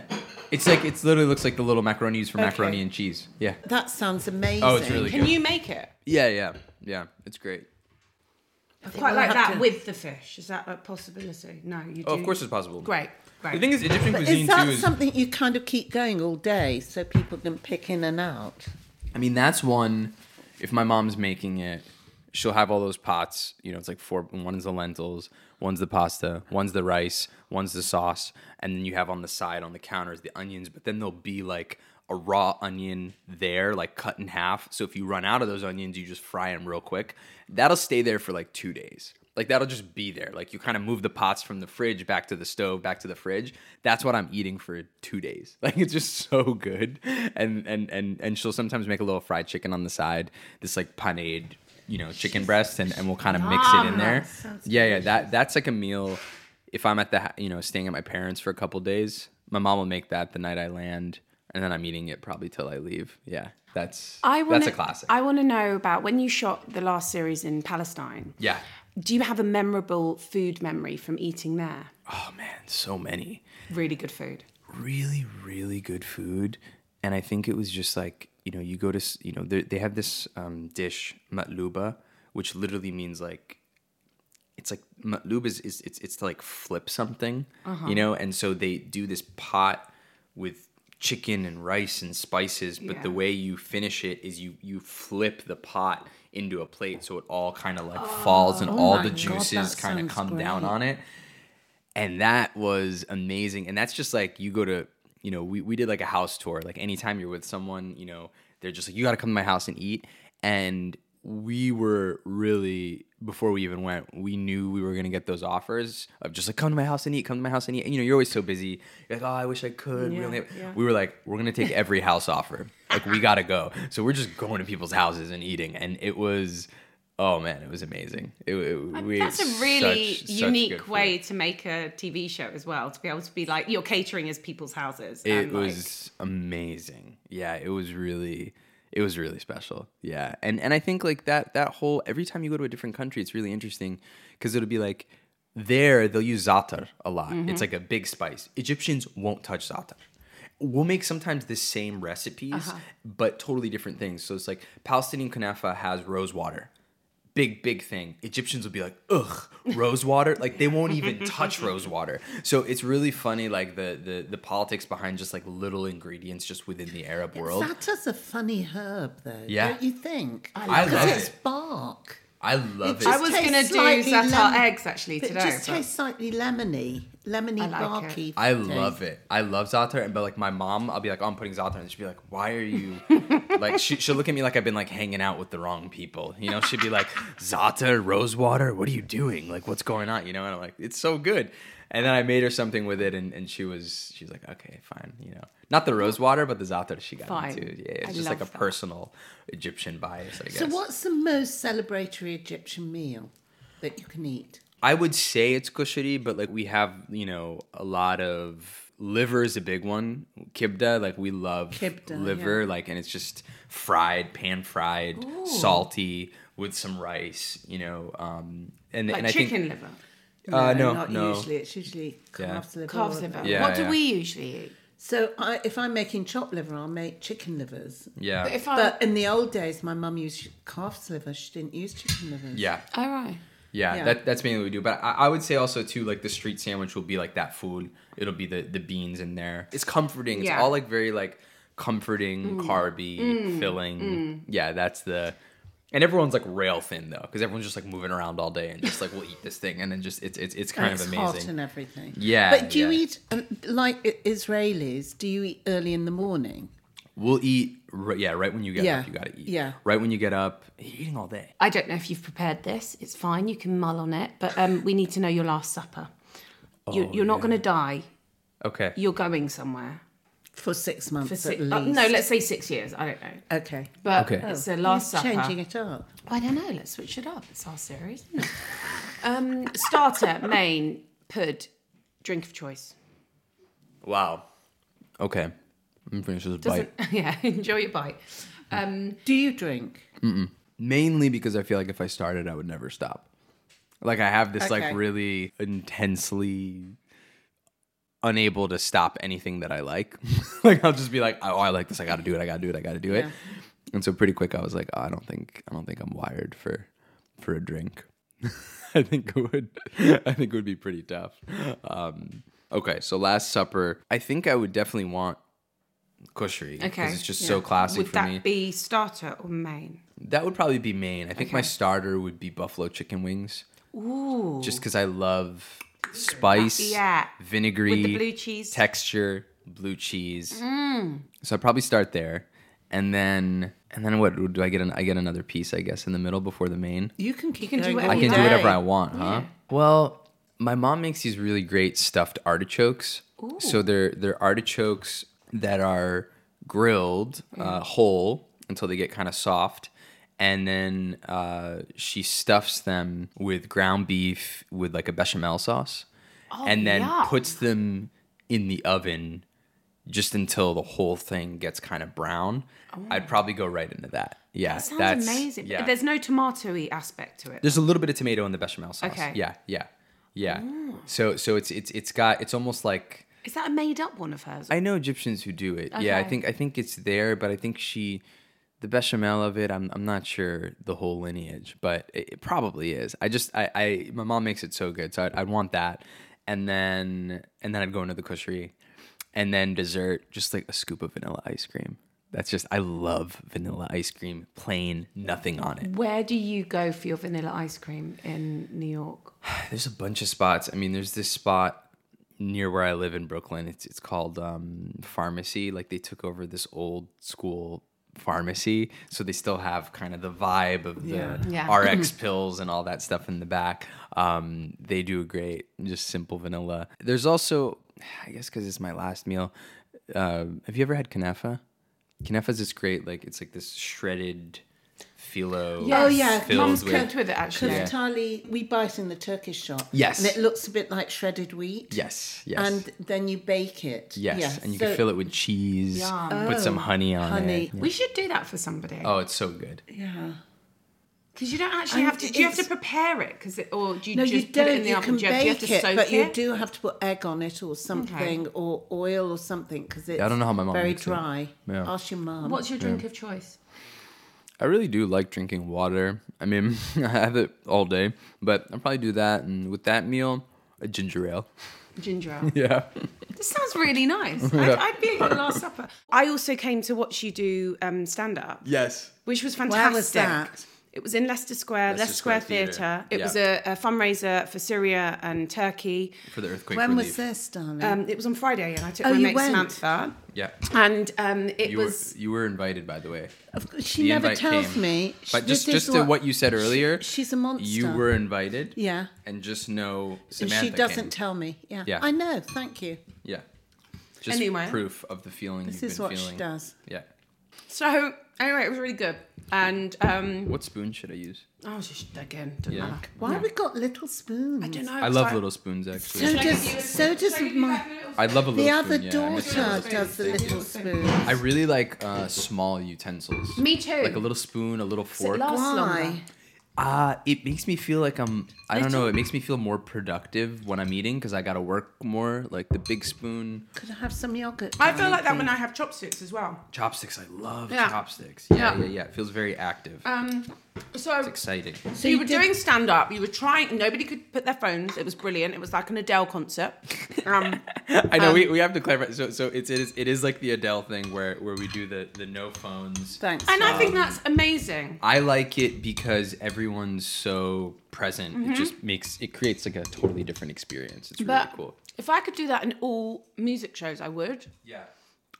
S3: It's like it's literally looks like the little macaroni used for macaroni and cheese. Yeah.
S2: That sounds amazing.
S3: Oh, it's really
S1: Can
S3: good.
S1: you make it?
S3: yeah, yeah. Yeah. It's great.
S1: I quite like that with the fish. Is that a possibility? No, you do.
S3: Oh, of course it's possible.
S1: Great. Great.
S3: The thing is Egyptian
S2: Is
S3: cuisine
S2: that
S3: too is
S2: something you kind of keep going all day so people can pick in and out?
S3: I mean, that's one if my mom's making it, she'll have all those pots, you know, it's like four one's the lentils, one's the pasta, one's the rice, one's the sauce, and then you have on the side on the counters the onions, but then there'll be like a raw onion there, like cut in half. So if you run out of those onions, you just fry them real quick. That'll stay there for like two days. Like that'll just be there. Like you kind of move the pots from the fridge back to the stove, back to the fridge. That's what I'm eating for two days. Like it's just so good. And and and and she'll sometimes make a little fried chicken on the side, this like panade, you know, chicken breast, and, and we'll kind of mix it in there. Yeah, yeah. That that's like a meal. If I'm at the ha- you know staying at my parents for a couple days, my mom will make that the night I land, and then I'm eating it probably till I leave. Yeah, that's
S1: I want
S3: that's a classic.
S1: I want to know about when you shot the last series in Palestine.
S3: yeah.
S1: Do you have a memorable food memory from eating there?
S3: Oh man, so many.
S1: Really good food.
S3: really really good food and i think it was just like you know you go to s- you know they they have this um, dish matluba which literally means like it's like matlub is, is it's it's to like flip something
S2: Uh-huh.
S3: you know and so they do this pot with chicken and rice and spices but the way you finish it is you you flip the pot into a plate so it all kind of like
S2: Oh.
S3: falls and all the juices
S2: that
S3: kind of
S2: sounds
S3: come down on it and that was amazing and that's just like you go to you know we, we did like a house tour like anytime you're with someone you know they're just like you gotta come to my house and eat and we were really before we even went we knew we were gonna get those offers of just like come to my house and eat come to my house and eat and you know you're always so busy you're like oh i wish i could we, only have-" we were like we're gonna take every house offer like we gotta go so we're just going to people's houses and eating and it was oh man it was amazing it, it, we
S1: That's
S3: ate
S1: a really
S3: such- such good
S1: unique
S3: food.
S1: way to make a TV show as well, to be able to be like, you're catering as people's houses.
S3: It
S1: and, like-
S3: was amazing. Yeah, it was really it was really special. Yeah. And and I think like that that whole every time you go to a different country it's really interesting cuz it'll be like there they'll use za'atar a lot. It's like a big spice. Egyptians won't touch za'atar. We'll make sometimes the same recipes
S1: Uh-huh.
S3: but totally different things. So it's like Palestinian kunafa has rose water big big thing egyptians would be like ugh rose water like they won't even touch rose water so it's really funny like the the the politics behind just like little ingredients just within the arab world
S2: That is a funny herb, though.
S3: Yeah.
S2: Don't you think?
S3: I
S2: Because
S3: love
S2: it's
S3: it.
S2: bark.
S3: i love it
S1: I was
S2: tastes
S1: going to do
S2: slightly
S1: za'atar
S2: lemon-
S1: eggs actually
S2: But
S1: today.
S2: It just
S1: but-
S2: tastes slightly lemony, lemony,
S1: like it.
S2: barky.
S3: I
S2: taste.
S3: love it. I love za'atar, and but like my mom, I'll be like, oh, I'm putting za'atar, and she'll be like, why are you? like she, she'll look at me like I've been like hanging out with the wrong people. You know, she'd be like, za'atar, rose water, what are you doing? Like, what's going on? You know, and I'm like, it's so good. And then I made her something with it, and, and she was she's like, okay, fine. You know, not the rose water, but the za'atar she got
S1: Fine.
S3: into. Yeah, it's
S1: I
S3: just like a
S1: love that.
S3: personal Egyptian bias, I guess.
S2: So, what's the most celebratory Egyptian meal that you can eat?
S3: I would say it's kushari, but like we have, you know, a lot of liver is a big one. Kibda, like we love
S2: Kibda,
S3: liver, like and it's just fried, pan fried, salty with some rice, you know. Um and,
S1: like
S3: and I think
S1: chicken liver,
S3: uh no,
S2: not
S3: no.
S2: usually. It's usually calves liver.
S1: calves
S2: or-
S1: liver.
S3: Yeah,
S1: what do
S3: yeah.
S1: we usually eat?
S2: So I, if I'm making chopped liver, I'll make chicken livers.
S3: Yeah.
S1: But if I,
S2: But in the old days, my mum used calf's liver. She didn't use chicken livers.
S3: yeah.
S1: oh right,
S3: Yeah,
S2: Yeah.
S3: That, that's mainly what we do. But I, I would say also too, like the street sandwich will be like that food. It'll be the the beans in there. It's comforting. It's
S1: Yeah.
S3: all like very like comforting,
S2: Mm.
S3: carby, filling. Yeah, that's the. And everyone's like rail thin though, because everyone's just like moving around all day and just like we'll eat this thing, and then just it's it's it's kind
S2: And it's
S3: of
S2: hot
S3: amazing.
S2: and everything.
S3: Yeah,
S2: But do
S3: yeah.
S2: you eat um, like I- Israelis? Do you eat early in the morning?
S3: We'll eat ri- yeah right when you get
S2: Yeah.
S3: up. You gotta eat
S2: Yeah.
S3: right when you get up. You're eating all day.
S1: I don't know if you've prepared this. It's fine. You can mull on it, but um, we need to know your Last Supper. you,
S3: Oh,
S1: you're not going to die.
S3: Okay.
S1: You're going somewhere
S2: For six months
S1: for six.
S2: at least.
S1: uh, no, let's say six years. I don't know,
S2: Okay.
S1: but
S3: Okay.
S1: it's the Last
S2: You're
S1: Supper.
S2: changing it up.
S1: I don't know. Let's switch it up. It's our series, isn't it? um, starter, main, pud, drink of choice.
S3: wow. Okay. I'm finishing this bite.
S1: Doesn't, yeah, enjoy your bite. Um,
S2: Do you drink?
S3: mainly because I feel like if I started, I would never stop. Like I have this like
S2: Okay.
S3: really intensely unable to stop anything that I like. like I'll just be like, oh, I like this. I got to do it. I got to do it. I got to do it. And so pretty quick, I was like, oh, I don't think I don't think I'm wired for for a drink. I think it would I think it would be pretty tough. Um, okay, so Last Supper. I think I would definitely want kushri because
S1: Okay,
S3: it's just so classic
S1: would
S3: for
S1: that
S3: me.
S1: be starter or main?
S3: That would probably be main. I think my starter would be buffalo chicken wings. Ooh. Just because I love spice,
S1: Yeah.
S3: vinegary,
S1: With the blue cheese. Mm.
S3: texture, blue cheese. So I'd probably start there, and then and then what do I get? An, I get another piece, I guess, in the middle before the main.
S2: You can keep
S1: can do
S2: going
S1: whatever
S2: all
S3: I can
S2: day.
S3: do whatever I want, huh? Well, my mom makes these really great stuffed artichokes. So they're they're artichokes that are grilled uh,
S1: Mm.
S3: whole until they get kind of soft, and then uh, she stuffs them with ground beef with like a bechamel sauce, and then
S1: Oh, yum.
S3: puts them in the oven just until the whole thing gets kind of brown. I'd probably go right into that. Yeah,
S1: Oh. Sounds
S3: that's
S1: amazing.
S3: Yeah.
S1: There's no tomatoey aspect to it.
S3: There's a little bit of tomato in the bechamel sauce.
S1: Okay. Mm.
S3: Yeah, yeah, yeah. So so it's it's it's got it's almost like
S1: Is that a made up one of hers?
S3: I know Egyptians who do it. Yeah, I
S1: Okay.
S3: think I think it's there, but I think she the bechamel of it. I'm I'm not sure the whole lineage, but it, it probably is. I just I, I my mom makes it so good, so I'd, I'd want that, and then and then I'd go into the kushri, and then dessert, just like a scoop of vanilla ice cream. That's just I love vanilla ice cream, plain, nothing on it.
S1: Where do you go for your vanilla ice cream in New York?
S3: There's a bunch of spots. I mean, there's this spot near where I live in Brooklyn. It's it's called um, Pharmacy. Like they took over this old school pharmacy, so they still have kind of the vibe of the
S1: Yeah.
S3: RX pills and all that stuff in the back. Um, they do a great, just simple vanilla. There's also, I guess, because it's my last meal. Uh, have you ever had Canefa? Canefa's is great. Like it's like this shredded phyllo.
S2: Oh yeah,
S3: filled
S1: Mum's
S3: with-
S1: cooked with it actually.
S2: Kaftali, we buy it in the Turkish shop.
S3: Yes.
S2: And it looks a bit like shredded wheat.
S3: Yes. Yes.
S2: And then you bake it.
S3: Yes,
S2: Yeah,
S3: and you
S2: so- Oh,
S3: can fill it with cheese, put some honey on
S2: honey.
S3: it.
S1: We should do that for somebody
S3: Oh, it's so good.
S2: Yeah.
S1: because you don't actually
S2: I-
S1: have to. Do you have to
S2: it's-
S1: prepare it? Because it, or do you
S2: No,
S1: just
S2: you
S1: put
S2: don't.
S1: it in the
S2: you
S1: oven?
S2: can
S1: do you have, do you have
S2: bake
S1: to
S2: it,
S1: soak
S2: but you
S1: it?
S2: do have to put egg on it or something, or oil or something, because it's
S3: I don't know how my mum
S2: very
S3: makes it.
S2: dry.
S3: Yeah.
S2: Ask your mum.
S1: What's your drink of choice?
S3: I really do like drinking water. I mean, I have it all day, but I'll probably do that. And with that meal, a ginger ale.
S1: Ginger ale.
S3: Yeah.
S1: This sounds really nice. I'd, I'd be at your last supper. I also came to watch you do um, stand up,
S3: Yes.
S1: which was fantastic.
S2: Where was that?
S1: It was in Leicester Square, Leicester,
S3: Square
S1: Square,
S3: Theatre.
S1: Theatre. It
S3: Yeah.
S1: was a, a fundraiser for Syria and Turkey.
S3: For the earthquake
S2: When
S3: relief.
S2: was this, darling?
S1: Um, it was on Friday, and I took
S2: Oh,
S1: my
S2: you
S1: mate
S2: went?
S1: Samantha,
S3: Yeah.
S1: and um, it
S3: You were
S1: was
S3: you were invited, by the way.
S2: of course, she
S3: The
S2: never
S3: invite
S2: tells
S3: came.
S2: me. She-
S3: But
S2: this
S3: just
S2: is
S3: just to what you said
S2: she-
S3: earlier,
S2: she's a monster.
S3: You were invited.
S2: Yeah.
S3: And just know
S2: And
S3: Samantha.
S2: she doesn't
S3: came.
S2: tell me. Yeah.
S3: Yeah.
S2: I know. Thank you.
S3: Yeah. Just
S1: Anyway.
S3: proof of the feeling
S2: This
S3: you've
S2: is
S3: been
S2: what
S3: feeling.
S2: she does.
S3: Yeah.
S1: so. Anyway, it was really good, and um,
S3: What spoon should I use?
S1: oh, just again, doesn't
S3: Yeah.
S1: matter.
S2: Why we got little spoons?
S1: I don't know.
S3: I
S1: it's
S3: love
S1: like-
S3: little spoons actually.
S2: So does so does my
S3: I love a little
S2: the
S3: spoon,
S2: other
S3: yeah, I miss a little
S2: daughter
S3: spoon.
S2: does the little spoon.
S3: I really like uh, small utensils.
S1: Me too.
S3: Like a little spoon, a little
S1: Does it
S3: fork.
S1: last
S2: Why?
S1: longer?
S3: Uh, it makes me feel like I'm. I don't know. It makes me feel more productive when I'm eating because I got to work more. Like the big spoon,
S2: Could I have some yogurt?
S5: I feel like that when I have chopsticks as well.
S3: chopsticks. I love
S1: Yeah.
S3: chopsticks. Yeah, yeah,
S1: Yeah. Uh,
S3: yeah, It feels very active.
S2: Um,
S5: So
S3: it's exciting.
S5: So you, were doing stand up. You were trying. Nobody could put their phones. It was brilliant. It was like an Adele concert. Um,
S3: I know we, we have to clarify. So so it's it is it is like the Adele thing where where we do the the no phones.
S2: Thanks.
S5: and I think that's amazing.
S3: I like it because everyone's so present. It just makes it creates like a totally different experience. It's really
S5: Mm-hmm. But
S3: cool.
S5: if I could do that in all music shows, I would.
S3: Yeah.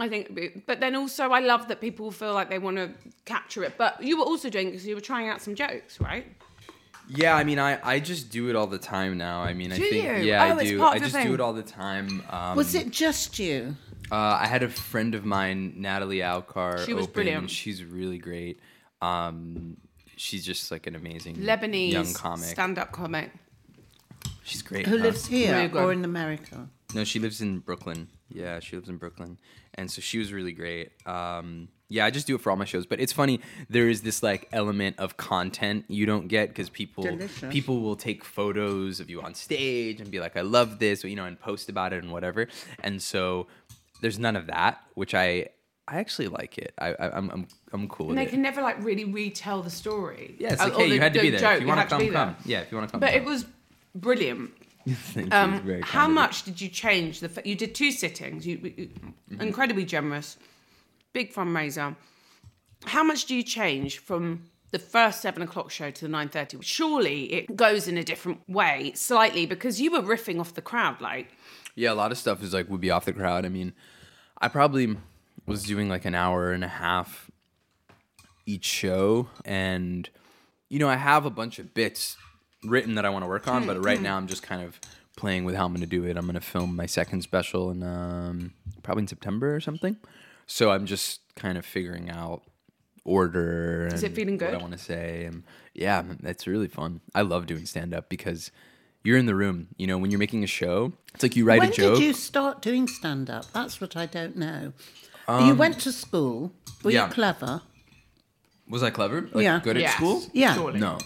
S5: I think, it'd be, but then also I love that people feel like they want to capture it. But you were also doing because you were trying out some jokes, right?
S3: Yeah, I mean, I, I just do it all the time now. I mean, I
S5: Do
S3: think
S5: you?
S3: yeah,
S5: Oh,
S3: I
S5: it's
S3: do.
S5: part
S3: I
S5: of your
S3: just
S5: thing.
S3: do it all the time. Um,
S2: Was it just you?
S3: Uh, I had a friend of mine, Natalie Alcar.
S5: She was
S3: open.
S5: brilliant.
S3: She's really great. Um, she's just like an amazing
S5: Lebanese
S3: young comic.
S5: stand-up comic.
S3: she's great.
S2: Who
S3: huh?
S2: lives
S5: Very
S2: here
S5: good.
S2: or in America?
S3: No, she lives in Brooklyn. Yeah, she lives in Brooklyn, and so she was really great. Um, yeah, I just do it for all my shows, but it's funny. There is this like element of content you don't get because people
S2: Delicious.
S3: people will take photos of you on stage and be like, "I love this," you know, and post about it and whatever. And so there's none of that, which I I actually like it. I, I I'm, I'm I'm cool with
S5: And they
S3: it.
S5: can never like really retell the story.
S3: yeah, it's
S5: Uh,
S3: like,
S5: or
S3: hey,
S5: the-
S3: you had to
S5: the
S3: be there.
S5: joke,
S3: if you want
S5: had
S3: to come,
S5: be there.
S3: come. Yeah, if you want to come.
S5: But it
S3: come.
S5: was brilliant.
S3: Oh, Thank you.
S5: Um,
S3: It's very
S5: how
S3: kind of you.
S5: much did you change the? f- You did two sittings. You, you
S3: Mm-hmm.
S5: incredibly generous, big fundraiser. How much do you change from the first seven o'clock show to the nine thirty? Surely it goes in a different way, slightly, because you were riffing off the crowd. Like
S3: Yeah, a lot of stuff is like would be off the crowd. I mean, I probably was doing like an hour and a half each show, and you know, I have a bunch of bits written that I want to work
S5: Hmm,
S3: on, but right now I'm just kind of playing with how I'm going to do it. I'm going to film my second special in um, probably in September or something. So I'm just kind of figuring out order. And
S5: it feeling
S3: What I
S5: good?
S3: want to say, and yeah, man, that's really fun. I love doing stand up because. You're in the room, you know. When you're making a show, it's like you write
S2: when
S3: a joke.
S2: did you start doing stand up? That's what I don't know. you went to school. Were
S3: Um, yeah.
S2: you clever?
S3: Was I clever? Like,
S2: Yeah.
S3: Good at
S5: Yes.
S3: school?
S2: Yeah.
S5: Surely.
S3: No.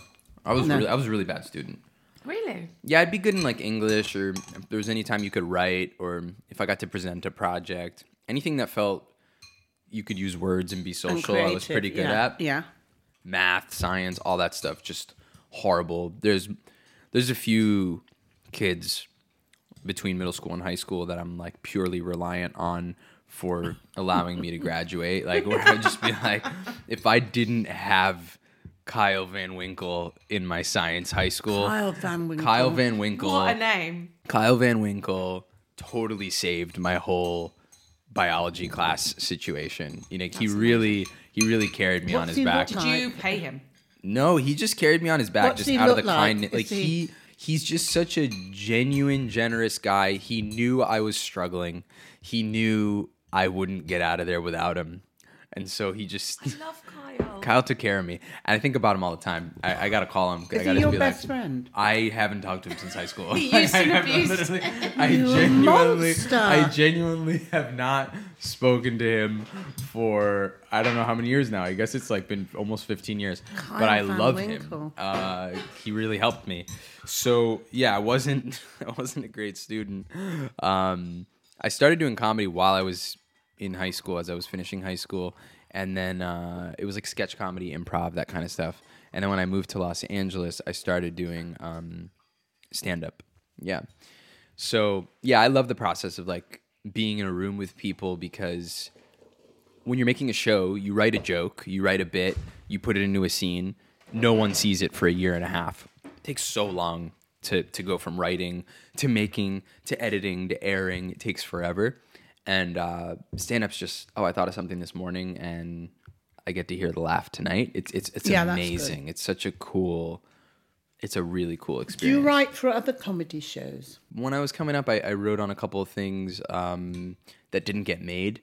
S3: I was really I was a really bad student.
S5: really,
S3: Yeah, I'd be good in like English or if there was any time you could write or if I got to present a project, anything that felt you could use words and be social,
S2: And
S3: I was
S2: creative,
S3: pretty good
S2: yeah.
S3: at.
S2: Yeah.
S3: Math, science, all that stuff just horrible. There's there's a few kids between middle school and high school that I'm like purely reliant on for allowing me to graduate. Like where I'd just be like, if I didn't have Kyle Van Winkle in my science high school,
S2: Kyle Van Winkle.
S3: Kyle Van Winkle,
S5: what a name!
S3: Kyle Van Winkle totally saved my whole biology class situation. You know, he really, he really carried me on
S2: What's
S3: his
S2: he look
S3: back.
S2: like?
S5: Did you pay him?
S3: No, he just carried me on his back,
S2: What's
S3: just
S2: he
S3: out of the
S2: look like?
S3: kindness.
S2: Is
S3: Like he...
S2: he-
S3: he's just such a genuine, generous guy. He knew I was struggling. He knew I wouldn't get out of there without him, and so he just.
S5: Love Kyle.
S3: Kyle took care of me, and I think about him all the time. I, I gotta call him. I
S2: Is
S3: gotta
S2: he your
S3: be
S2: best
S3: like,
S2: friend?
S3: I haven't talked to him since high school.
S5: He used and abused.
S3: Literally, I genuinely,
S2: monster.
S3: I genuinely have not spoken to him for I don't know how many years now. I guess it's like been almost 15 years. but I
S2: Van
S3: love him.
S2: Winkle.
S3: Uh, he really helped me. So yeah, I wasn't I wasn't a great student. Um, I started doing comedy while I was in high school, as I was finishing high school, and then uh, it was like sketch comedy, improv, that kind of stuff. And then when I moved to Los Angeles, I started doing um, stand up. Yeah. So yeah, I love the process of like being in a room with people because when you're making a show, you write a joke, you write a bit, you put it into a scene. No one sees it for a year and a half. It takes so long to to go from writing to making to editing to airing. It takes forever. And uh, stand up's just oh, I thought of something this morning and I get to hear the laugh tonight. It's it's it's
S2: Yeah, that's good.
S3: amazing. It's such a cool. It's a really cool
S2: Do
S3: experience
S2: you write for other comedy shows?
S3: when I was coming up, I, I wrote on a couple of things um, that didn't get made,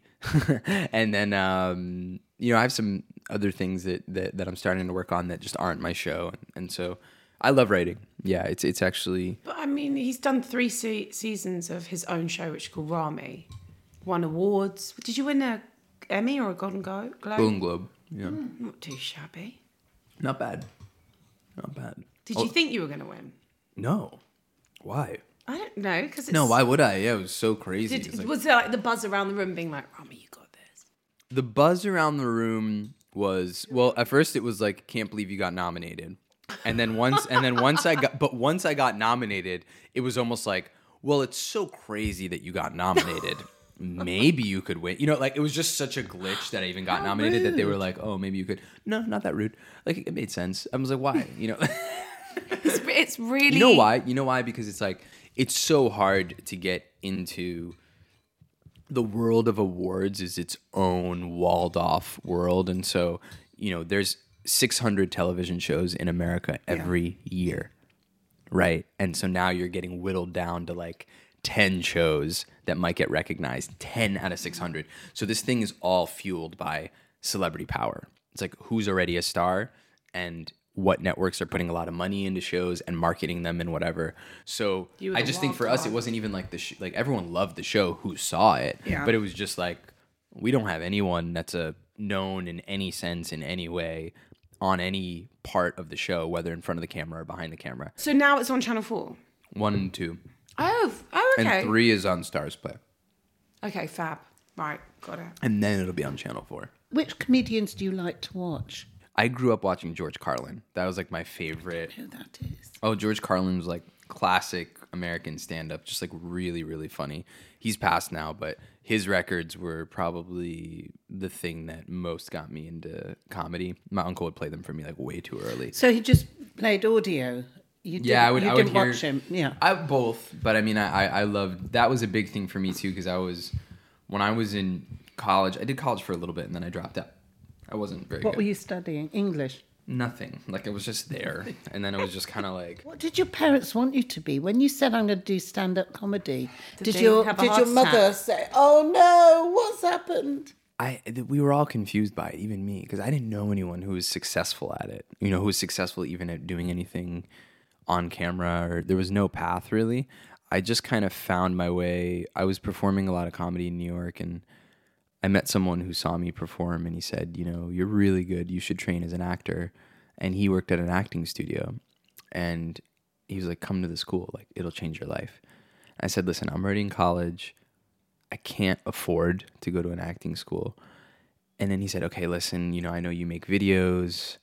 S3: and then um, you know I have some other things that, that that I'm starting to work on that just aren't my show, and so I love writing. Yeah, it's it's actually
S5: But I mean, he's done three se- seasons of his own show, which is called Rami. Won awards. Did you win a Emmy or a Golden Go- Globe?
S3: Golden Globe. Yeah,
S5: Not too shabby.
S3: not bad. Not bad.
S5: Did you think you were going to win?
S3: No. Why?
S5: I don't know because
S3: No, why would I? Yeah, it was so crazy.
S5: Did,
S3: It's like-
S5: was there like the buzz around the room being like, Rami, you got this?
S3: the buzz around the room was well at first it was like can't believe you got nominated and then once and then once i got but once i got nominated it was almost like well it's so crazy that you got nominated maybe you could win you know like it was just such a glitch that i even got nominated that they were like oh maybe you could no not that rude like it made sense i was like why you know
S5: It's, it's really.
S3: you know why you know why because it's like it's so hard to get into the world of awards is its own walled off world and so you know there's 600 television shows in america every year right and so now you're getting whittled down to like 10 shows that might get recognized 10 out of 600 so this thing is all fueled by celebrity power it's like who's already a star and what networks are putting a lot of money into shows and marketing them and whatever so i just think for us it wasn't even like the sh- like everyone loved the show who saw it but it was just like we don't have anyone that's a known in any sense in any way on any part of the show whether in front of the camera or behind the camera
S5: So now it's on Channel 4.
S3: one and two.
S5: Oh, f- oh okay.
S3: And three is on Stars Play.
S5: Okay, fab. Right, got it.
S3: And then it'll be on Channel 4.
S2: Which comedians do you like to watch?
S3: I grew up watching George Carlin. That was like my favorite.
S2: Who that is?
S3: Oh, George Carlin was like classic American stand up, just like really, really funny. He's passed now, but his records were probably the thing that most got me into comedy. My uncle would play them for me like way too early.
S2: So he just played audio. You didn't,
S3: Yeah, I would.
S2: You
S3: I would
S2: didn't
S3: hear,
S2: watch him. Yeah.
S3: I both, but I mean, I I, I loved that was a big thing for me too because I was when I was in college. I did college for a little bit and then I dropped out. I wasn't very
S2: what
S3: good.
S2: were you studying? English.
S3: Nothing. Like I was just there, and then I was just kind of like.
S2: What did your parents want you to be when you said I'm going to do stand-up comedy? Did,
S1: they
S2: your
S1: have a
S2: did
S1: heart
S2: your mother say, "Oh no, what's happened"?
S3: I th- we were all confused by it, even me, because I didn't know anyone who was successful at it. You know, who was successful even at doing anything on camera, or there was no path really. I just kind of found my way. I was performing a lot of comedy in New York, and I met someone who saw me perform, and he said, "You know, you're really good. You should train as an actor." And he worked at an acting studio, and he was like, "Come to the school. Like, it'll change your life." I said, "Listen, I'm already in college." I can't afford to go to an acting school. And then he said, okay, listen, you know, I know you make videos.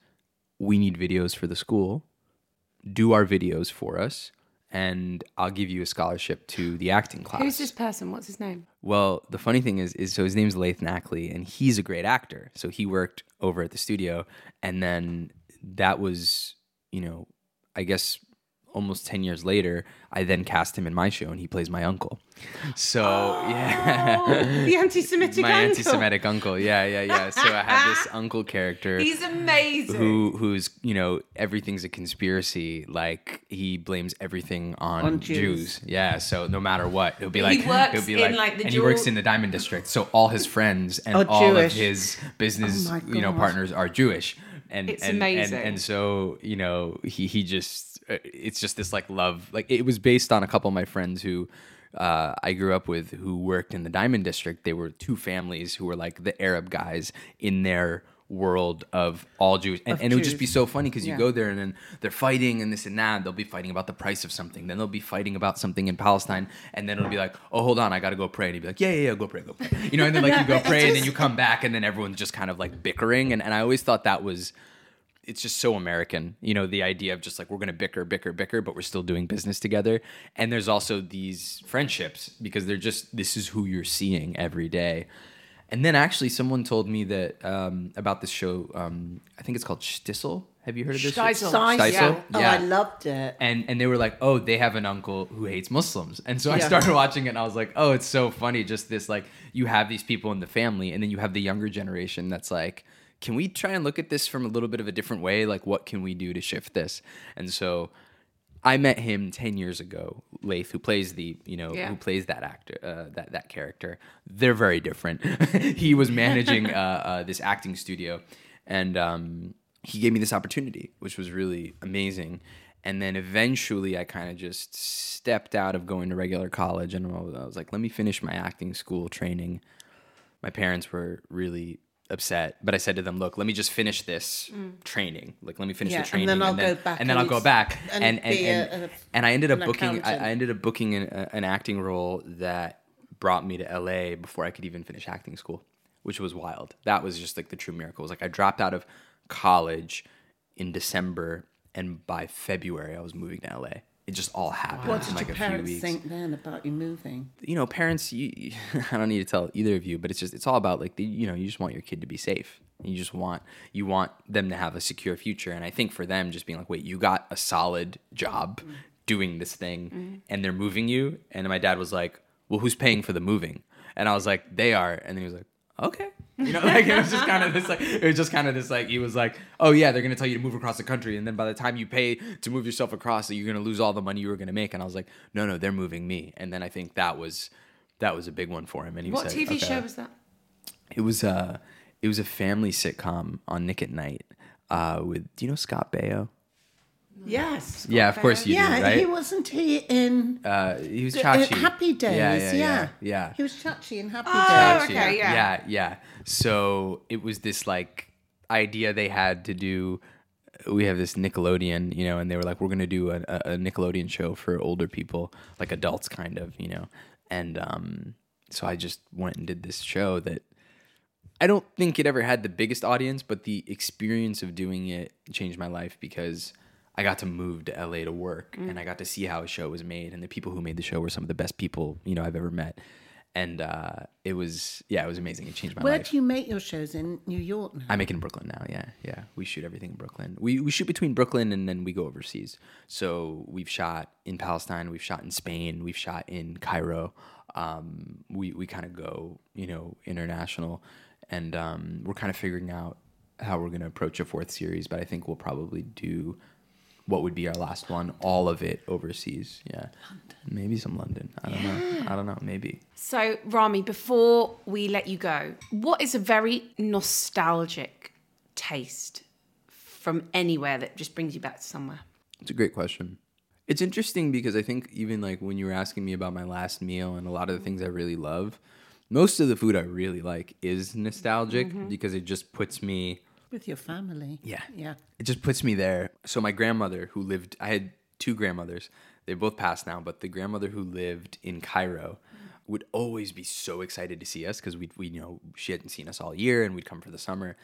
S3: We need videos for the school. Do our videos for us, and I'll give you a scholarship to the acting class.
S5: Who's this person? What's his name?
S3: Well, the funny thing is, is so his name's Lathan Ackley, and he's a great actor. So he worked over at the studio, and then that was, you know, I guess almost ten years later. I then cast him in my show, and he plays my uncle. So
S1: Oh,
S3: yeah,
S5: The anti Semitic
S3: my anti-Semitic uncle. Yeah, yeah, yeah. So I had this uncle character
S5: He's amazing.
S3: who who's you know everything's a conspiracy like he blames everything on, Jews. yeah so no matter what he'll be like
S5: works
S3: he'll be
S5: in, like, the
S3: and he works
S5: jewel-
S3: in the diamond district so all his friends and
S2: Are
S3: all
S2: Jewish.
S3: of his business
S2: Oh my
S3: you know
S2: God.
S3: partners are Jewish and
S5: It's
S3: and,
S5: amazing.
S3: and and so you know he he just uh, it's just this like love like it was based on a couple of my friends who uh, I grew up with who worked in the diamond district they were two families who were like the Arab guys in their world of all Jews and, and it would just be so funny because you go there and then they're fighting and this and that they'll be fighting about the price of something then they'll be fighting about something in Palestine and then it'll be like oh hold on I gotta go pray and he'd be like yeah yeah yeah go pray go pray you know and then like you go pray and then you come back and then everyone's just kind of like bickering and, and I always thought that was it's just so American, you know, the idea of just like we're gonna bicker, bicker, bicker, but we're still doing business together. And there's also these friendships because they're just this is who you're seeing every day. And then actually, someone told me that um, about this show. Um, I think it's called Stissel. Have you heard of this?
S5: Steisel.
S2: Size.
S3: Steisel?
S2: Oh,
S3: Yeah.
S2: I loved it.
S3: and uh, and they were like, oh, they have an uncle who hates Muslims, and so I started watching it, and I was like, oh, it's so funny, just this like you have these people in the family, and then you have the younger generation that's like, can we try and look at this from a little bit of a different way? Like, what can we do to shift this? And so I met him ten years ago, Lath, who plays the you know
S5: Yeah.
S3: who plays that actor uh, that that character. They're very different. he was managing uh, uh, this acting studio, and um, he gave me this opportunity, which was really amazing. And then eventually, I kind of just stepped out of going to regular college, and I was I was like, let me finish my acting school training my parents were really upset, but I said to them, "Look, let me just finish this training. Like, let me finish
S2: Mm. Yeah,
S3: the
S2: and
S3: training,
S2: then I'll go back
S3: and then
S2: and
S3: I'll go
S2: s-
S3: back." And
S2: and
S3: and and,
S2: be a-
S3: and,
S2: a-
S3: I ended up
S2: an
S3: booking. I,
S2: accountant.
S3: I ended up booking an, a- an acting role that brought me to LA before I could even finish acting school, which was wild. That was just like the true miracle. It was like I dropped out of college in December, and by February I was moving to LA. It just all happened
S2: What did
S3: in like
S2: your
S3: a few
S2: parents
S3: weeks
S2: think then about you moving?
S3: you know, parents, you, you- I don't need to tell either of you, but it's just, it's all about like, the, you know, you just want your kid to be safe. You just want, you want them to have a secure future. And I think for them, just being like, wait, you got a solid job doing this thing and they're moving you. And my dad was like, well, who's paying for the moving? And I was like, they are. And then he was like, okay. You know, like it was just kind of this, like it was just kind of this, like he was like, oh yeah, they're gonna tell you to move across the country, and then by the time you pay to move yourself across, you're gonna lose all the money you were gonna make. And I was like, no, no, they're moving me. And then I think that was that was a big one for him. And he
S5: What
S3: said,
S5: TV
S3: okay.
S5: show was that?
S3: It was a it was a family sitcom on Nick at Night uh, with do you know Scott Baio?
S2: Yes.
S3: yeah, of course you
S2: yeah,
S3: do, right?
S2: he wasn't he in
S3: uh, he was
S2: the- uh,
S3: Chachi.
S2: Happy Days?
S3: Yeah, yeah, yeah.
S2: yeah.
S3: yeah. Ah!
S2: He was Chachi in Happy Days.
S5: Oh,
S3: Actually,
S5: okay, yeah.
S3: yeah, yeah. So it was this like idea they had to do. We have this Nickelodeon, you know, and they were like, we're gonna do a, a a Nickelodeon show for older people, like adults, kind of, you know. And um, so I just went and did this show that I don't think it ever had the biggest audience, but the experience of doing it changed my life because I got to move to LA to work and I got to see how a show was made. And the people who made the show were some of the best people, you know, I've ever met. And uh, it was, yeah, it was amazing. It changed my
S2: Where
S3: life.
S2: do you make your shows in New York now?
S3: I make it in Brooklyn now. Yeah, yeah. We shoot everything in Brooklyn. We we shoot between Brooklyn and then we go overseas. So we've shot in Palestine. We've shot in Spain. We've shot in Cairo. Um, we we kind of go you know international, and um, we're kind of figuring out how we're going to approach a fourth series. But I think we'll probably do what would be our last one, all of it overseas. Yeah, maybe some London. I don't know. I don't know. Maybe.
S5: So, Rami, before we let you go, what is a very nostalgic taste from anywhere that just brings you back to somewhere?
S3: It's a great question. It's interesting because I think even like when you were asking me about my last meal and a lot of the things I really love, most of the food I really like is nostalgic because it just puts me
S2: With your family.
S3: Yeah.
S2: Yeah.
S3: it just puts me there. So my grandmother who lived I had two grandmothers. They both passed now, but the grandmother who lived in Cairo would always be so excited to see us because we'd we you know she hadn't seen us all year and we'd come for the summer.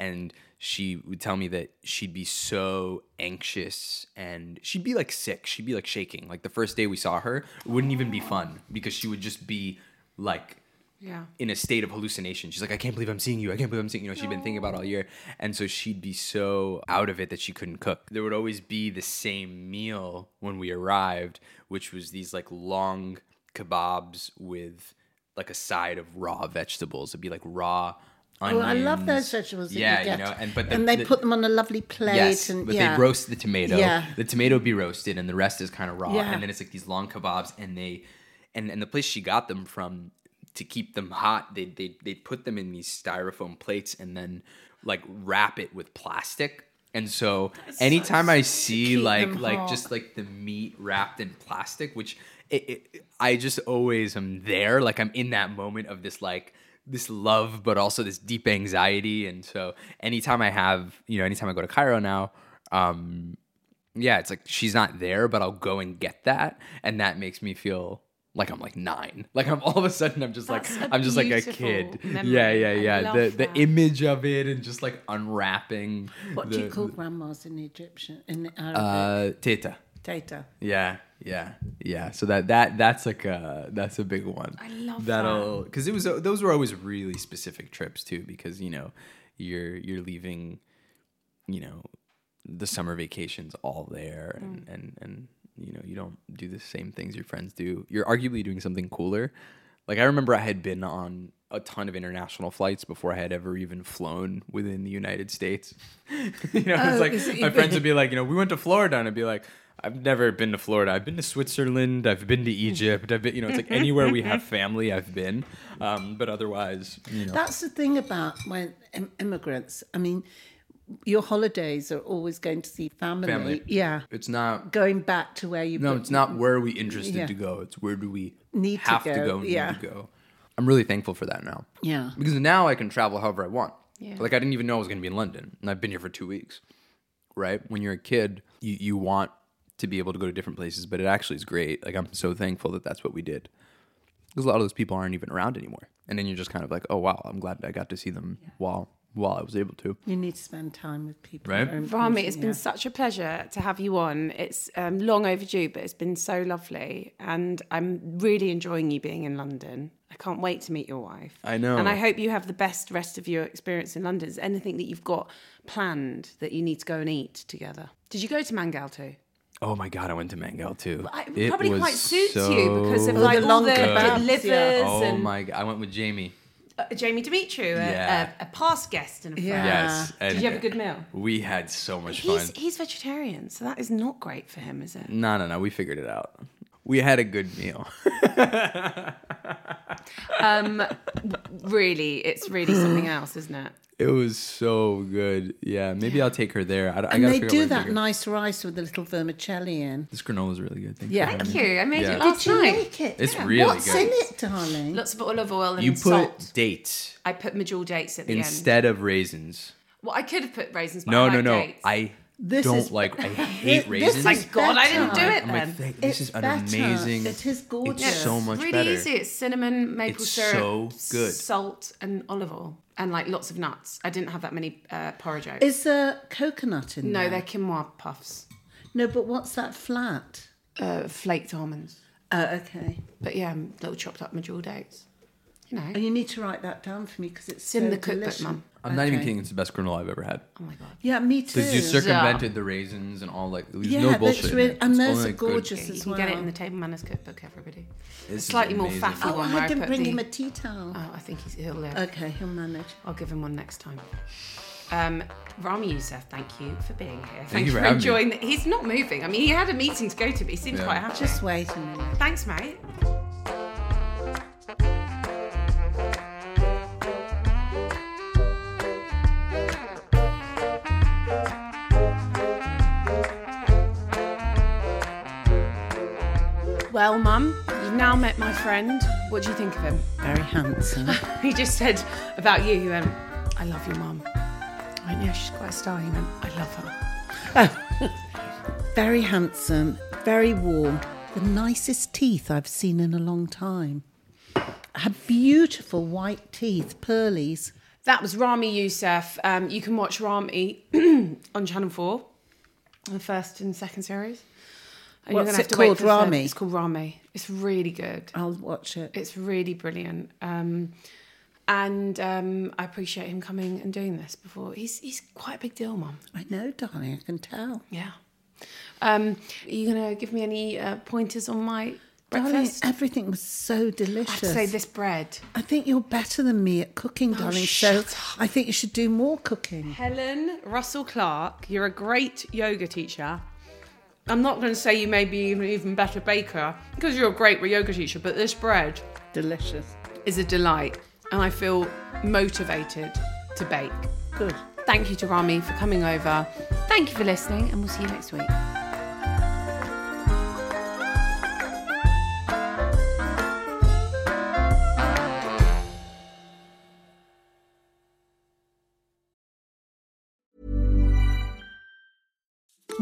S3: And she would tell me that she'd be so anxious and she'd be like sick. She'd be like shaking. Like the first day we saw her, it wouldn't even be fun because she would just be like
S5: Yeah.
S3: in a state of hallucination. She's like, I can't believe I'm seeing you. I can't believe I'm seeing you. you know, she'd been thinking about all year. And so she'd be so out of it that she couldn't cook. There would always be the same meal when we arrived, which was these like long kebabs with like a side of raw vegetables. It'd be like raw
S2: Oh,
S3: onions.
S2: I love those vegetables. that
S3: Yeah,
S2: you, get.
S3: know, and but the-
S2: and they
S3: the-
S2: put them on a lovely plate.
S3: Yes,
S2: and
S3: but
S2: yeah.
S3: they roast the tomato.
S2: Yeah.
S3: The tomato would be roasted, and the rest is kind of raw.
S2: Yeah.
S3: And then it's like these long kebabs, and they, and and the place she got them from to keep them hot, they they they put them in these styrofoam plates, and then like wrap it with plastic. And so anytime I see like
S2: them
S3: like
S2: hot.
S3: just like the meat wrapped in plastic, which it, it, I just always am there, like I'm in that moment of this like this love, but also this deep anxiety. And so anytime I have, you know, anytime I go to Cairo now, um, yeah, it's like she's not there, but I'll go and get that, and that makes me feel like I'm like nine. Like I'm all of a sudden I'm just like
S5: That's a
S3: I'm just like a
S5: beautiful
S3: kid.
S5: memory.
S3: Yeah, yeah,
S5: I
S3: yeah.
S5: love
S3: The the
S5: that.
S3: image of it and just like unwrapping.
S2: What
S3: the,
S2: do you call grandmas in Egyptian? In Arabic?
S3: uh teta?
S2: Tata.
S3: Yeah, yeah, yeah. So that that that's like a that's a big one. I
S5: love
S3: that'll because it was those were always really specific trips too because you know you're you're leaving you know the summer vacations all there and and and you know you don't do the same things your friends do. You're arguably doing something cooler. Like I remember I had been on a ton of international flights before I had ever even flown within the United States. you know, it's like my friends would be like, you know, we went to Florida and I'd be like, I've never been to Florida. I've been to Switzerland. I've been to Egypt. I've been, you know, it's like anywhere we have family, I've been. Um, but otherwise, you know,
S2: That's the thing about when im- immigrants. I mean, your holidays are always going to see family.
S3: Family.
S2: Yeah.
S3: it's not.
S2: Going back to where you
S3: No,
S2: put-
S3: it's not where are we interested
S2: Yeah.
S3: to go. It's where do we
S2: Need to
S3: have to go,
S2: go,
S3: and
S2: yeah.
S3: need to go. I'm really thankful for that now
S2: Yeah.
S3: because now I can travel however I want. Like I didn't even know I was going to be in London, and I've been here for two weeks. Right? When you're a kid, you you want to be able to go to different places, but it actually is great. Like I'm so thankful that that's what we did, because a lot of those people aren't even around anymore. And then you're just kind of like, oh wow, I'm glad I got to see them while while I was able to.
S2: You need to spend time with people.
S3: Right.
S2: that are
S1: Rami, it's
S2: important,
S1: been
S2: yeah.
S1: such a pleasure to have you on. It's um, long overdue, but it's been so lovely. And I'm really enjoying you being in London. I can't wait to meet your wife.
S3: I know.
S1: And I hope you have the best rest of your experience in London. Is there anything that you've got planned that you need to go and eat together? Did you go to Mangal too?
S3: Oh my god, I went to Mangal too.
S1: I,
S3: It
S1: probably
S3: was
S1: quite suits you because of
S2: Oh,
S1: like
S2: the
S1: all
S2: long
S1: the, the
S2: kebabs,
S1: livers
S2: yeah.
S3: Oh
S1: and
S3: my god, I went with Jamie.
S1: uh, Jamie Dimitri, a,
S3: Yeah.
S1: a, a past guest and a friend.
S3: Yes. And
S1: Uh, Did you have a good meal?
S3: We had so much fun.
S1: He's, he's vegetarian, so that is not great for him, is it?
S3: No, no, no. We figured it out. We had a good meal.
S1: Really, it's really something else, isn't it?
S3: It was so good. Yeah, maybe I'll take her there. I, I
S2: And
S3: gotta
S2: they
S3: figure out
S2: do
S3: where to
S2: that
S3: take her.
S2: nice rice with a little vermicelli in.
S3: This granola is really good. Thank
S2: Yeah.
S3: you. for
S2: Thank
S3: having me.
S1: I made
S3: Yeah.
S1: it
S3: Did
S1: last
S2: you
S1: night.
S2: make it?
S3: It's really
S2: What's
S3: good.
S2: in it, darling?
S1: Lots of olive oil and
S3: You put
S1: salt.
S3: dates
S1: I put medjool dates at the end.
S3: instead of raisins.
S1: Well, I could have put raisins, but
S3: No,
S1: I
S3: no,
S1: like
S3: no.
S1: dates.
S3: I
S2: This
S3: don't
S2: is-
S3: like. I hate
S2: This
S3: raisins.
S2: is
S1: Thank Oh God I didn't do
S2: better.
S1: it
S3: I'm like,
S1: then.
S3: thank- this
S2: It's
S3: is an
S2: better.
S3: amazing.
S2: It is gorgeous.
S3: It's so
S1: It's
S3: much
S1: really
S3: better.
S1: easy. It's cinnamon, maple
S3: It's
S1: syrup,
S3: so good.
S1: salt, and olive oil, and like lots of nuts. I didn't have that many uh, porridge oats.
S2: Is there coconut in
S1: no,
S2: there?
S1: they're quinoa puffs,
S2: No, but what's that flat?
S1: uh, flaked almonds.
S2: Oh, okay.
S1: But yeah, little chopped up medjool dates. You know,
S2: And Oh, you need to write that down for me because it's,
S1: It's in
S2: so
S1: the cookbook,
S2: delicious.
S1: Mum.
S3: I'm not even
S2: Okay.
S3: kidding. It's the best granola I've ever had.
S1: oh my god.
S2: Yeah, me too.
S3: Because you circumvented the raisins and all like. There's
S2: yeah,
S3: no
S2: that's
S3: bullshit. in
S2: really-
S3: it.
S2: and
S3: It's
S2: those
S3: only
S2: are
S3: good-
S2: gorgeous
S1: You
S2: as
S1: can
S2: well.
S1: get it in the Table Manners cookbook, everybody.
S3: This is
S1: slightly more
S3: amazing.
S1: faffy
S2: Oh,
S1: one where
S2: I didn't
S1: put
S2: bring
S1: the-
S2: him a tea towel.
S1: Oh, I think he's, he'll live.
S2: Okay, he'll manage.
S1: I'll give him one next time. Um, Rami Youssef, thank you for being here. Thank, you
S3: you for
S1: for,
S3: having me.
S1: enjoying. The, he's not moving. I mean, he had a meeting to go to, but he seems
S3: Yeah.
S1: quite happy.
S2: Just wait a minute.
S1: Thanks, mate. Well, Mum, you've now met my friend. What do you think of him?
S2: Very handsome.
S1: He just said about you, he went, I love your mum. I went, yeah, she's quite a star. He went, I love her.
S2: very handsome. Very warm. The nicest teeth I've seen in a long time. Had beautiful white teeth, pearlies.
S1: That was Rami Youssef. Um, you can watch Rami on Channel 4, the first and second series. And
S2: What's
S1: gonna
S2: it called,
S1: for the third.
S2: Rami?
S1: It's called Rami. It's really good.
S2: I'll watch it.
S1: It's really brilliant. Um, and um, I appreciate him coming and doing this before. He's, he's quite a big deal, Mum.
S2: I know, darling. I can tell.
S1: Yeah. Um, are you going to give me any uh, pointers on my
S2: Darling,
S1: breakfast?
S2: everything was so
S1: I have
S2: delicious.
S1: to say, this bread.
S2: I think you're better than me at cooking, darling. So
S1: shut
S2: I think you should do more cooking.
S1: Helen Russell Clark, you're a great yoga teacher. I'm not going to say you may be an even better baker because you're a great yoga teacher, but this bread
S2: Delicious.
S1: is a delight and I feel motivated to bake.
S2: Good.
S1: Thank you to Rami for coming over. Thank you for listening, and we'll see you next week.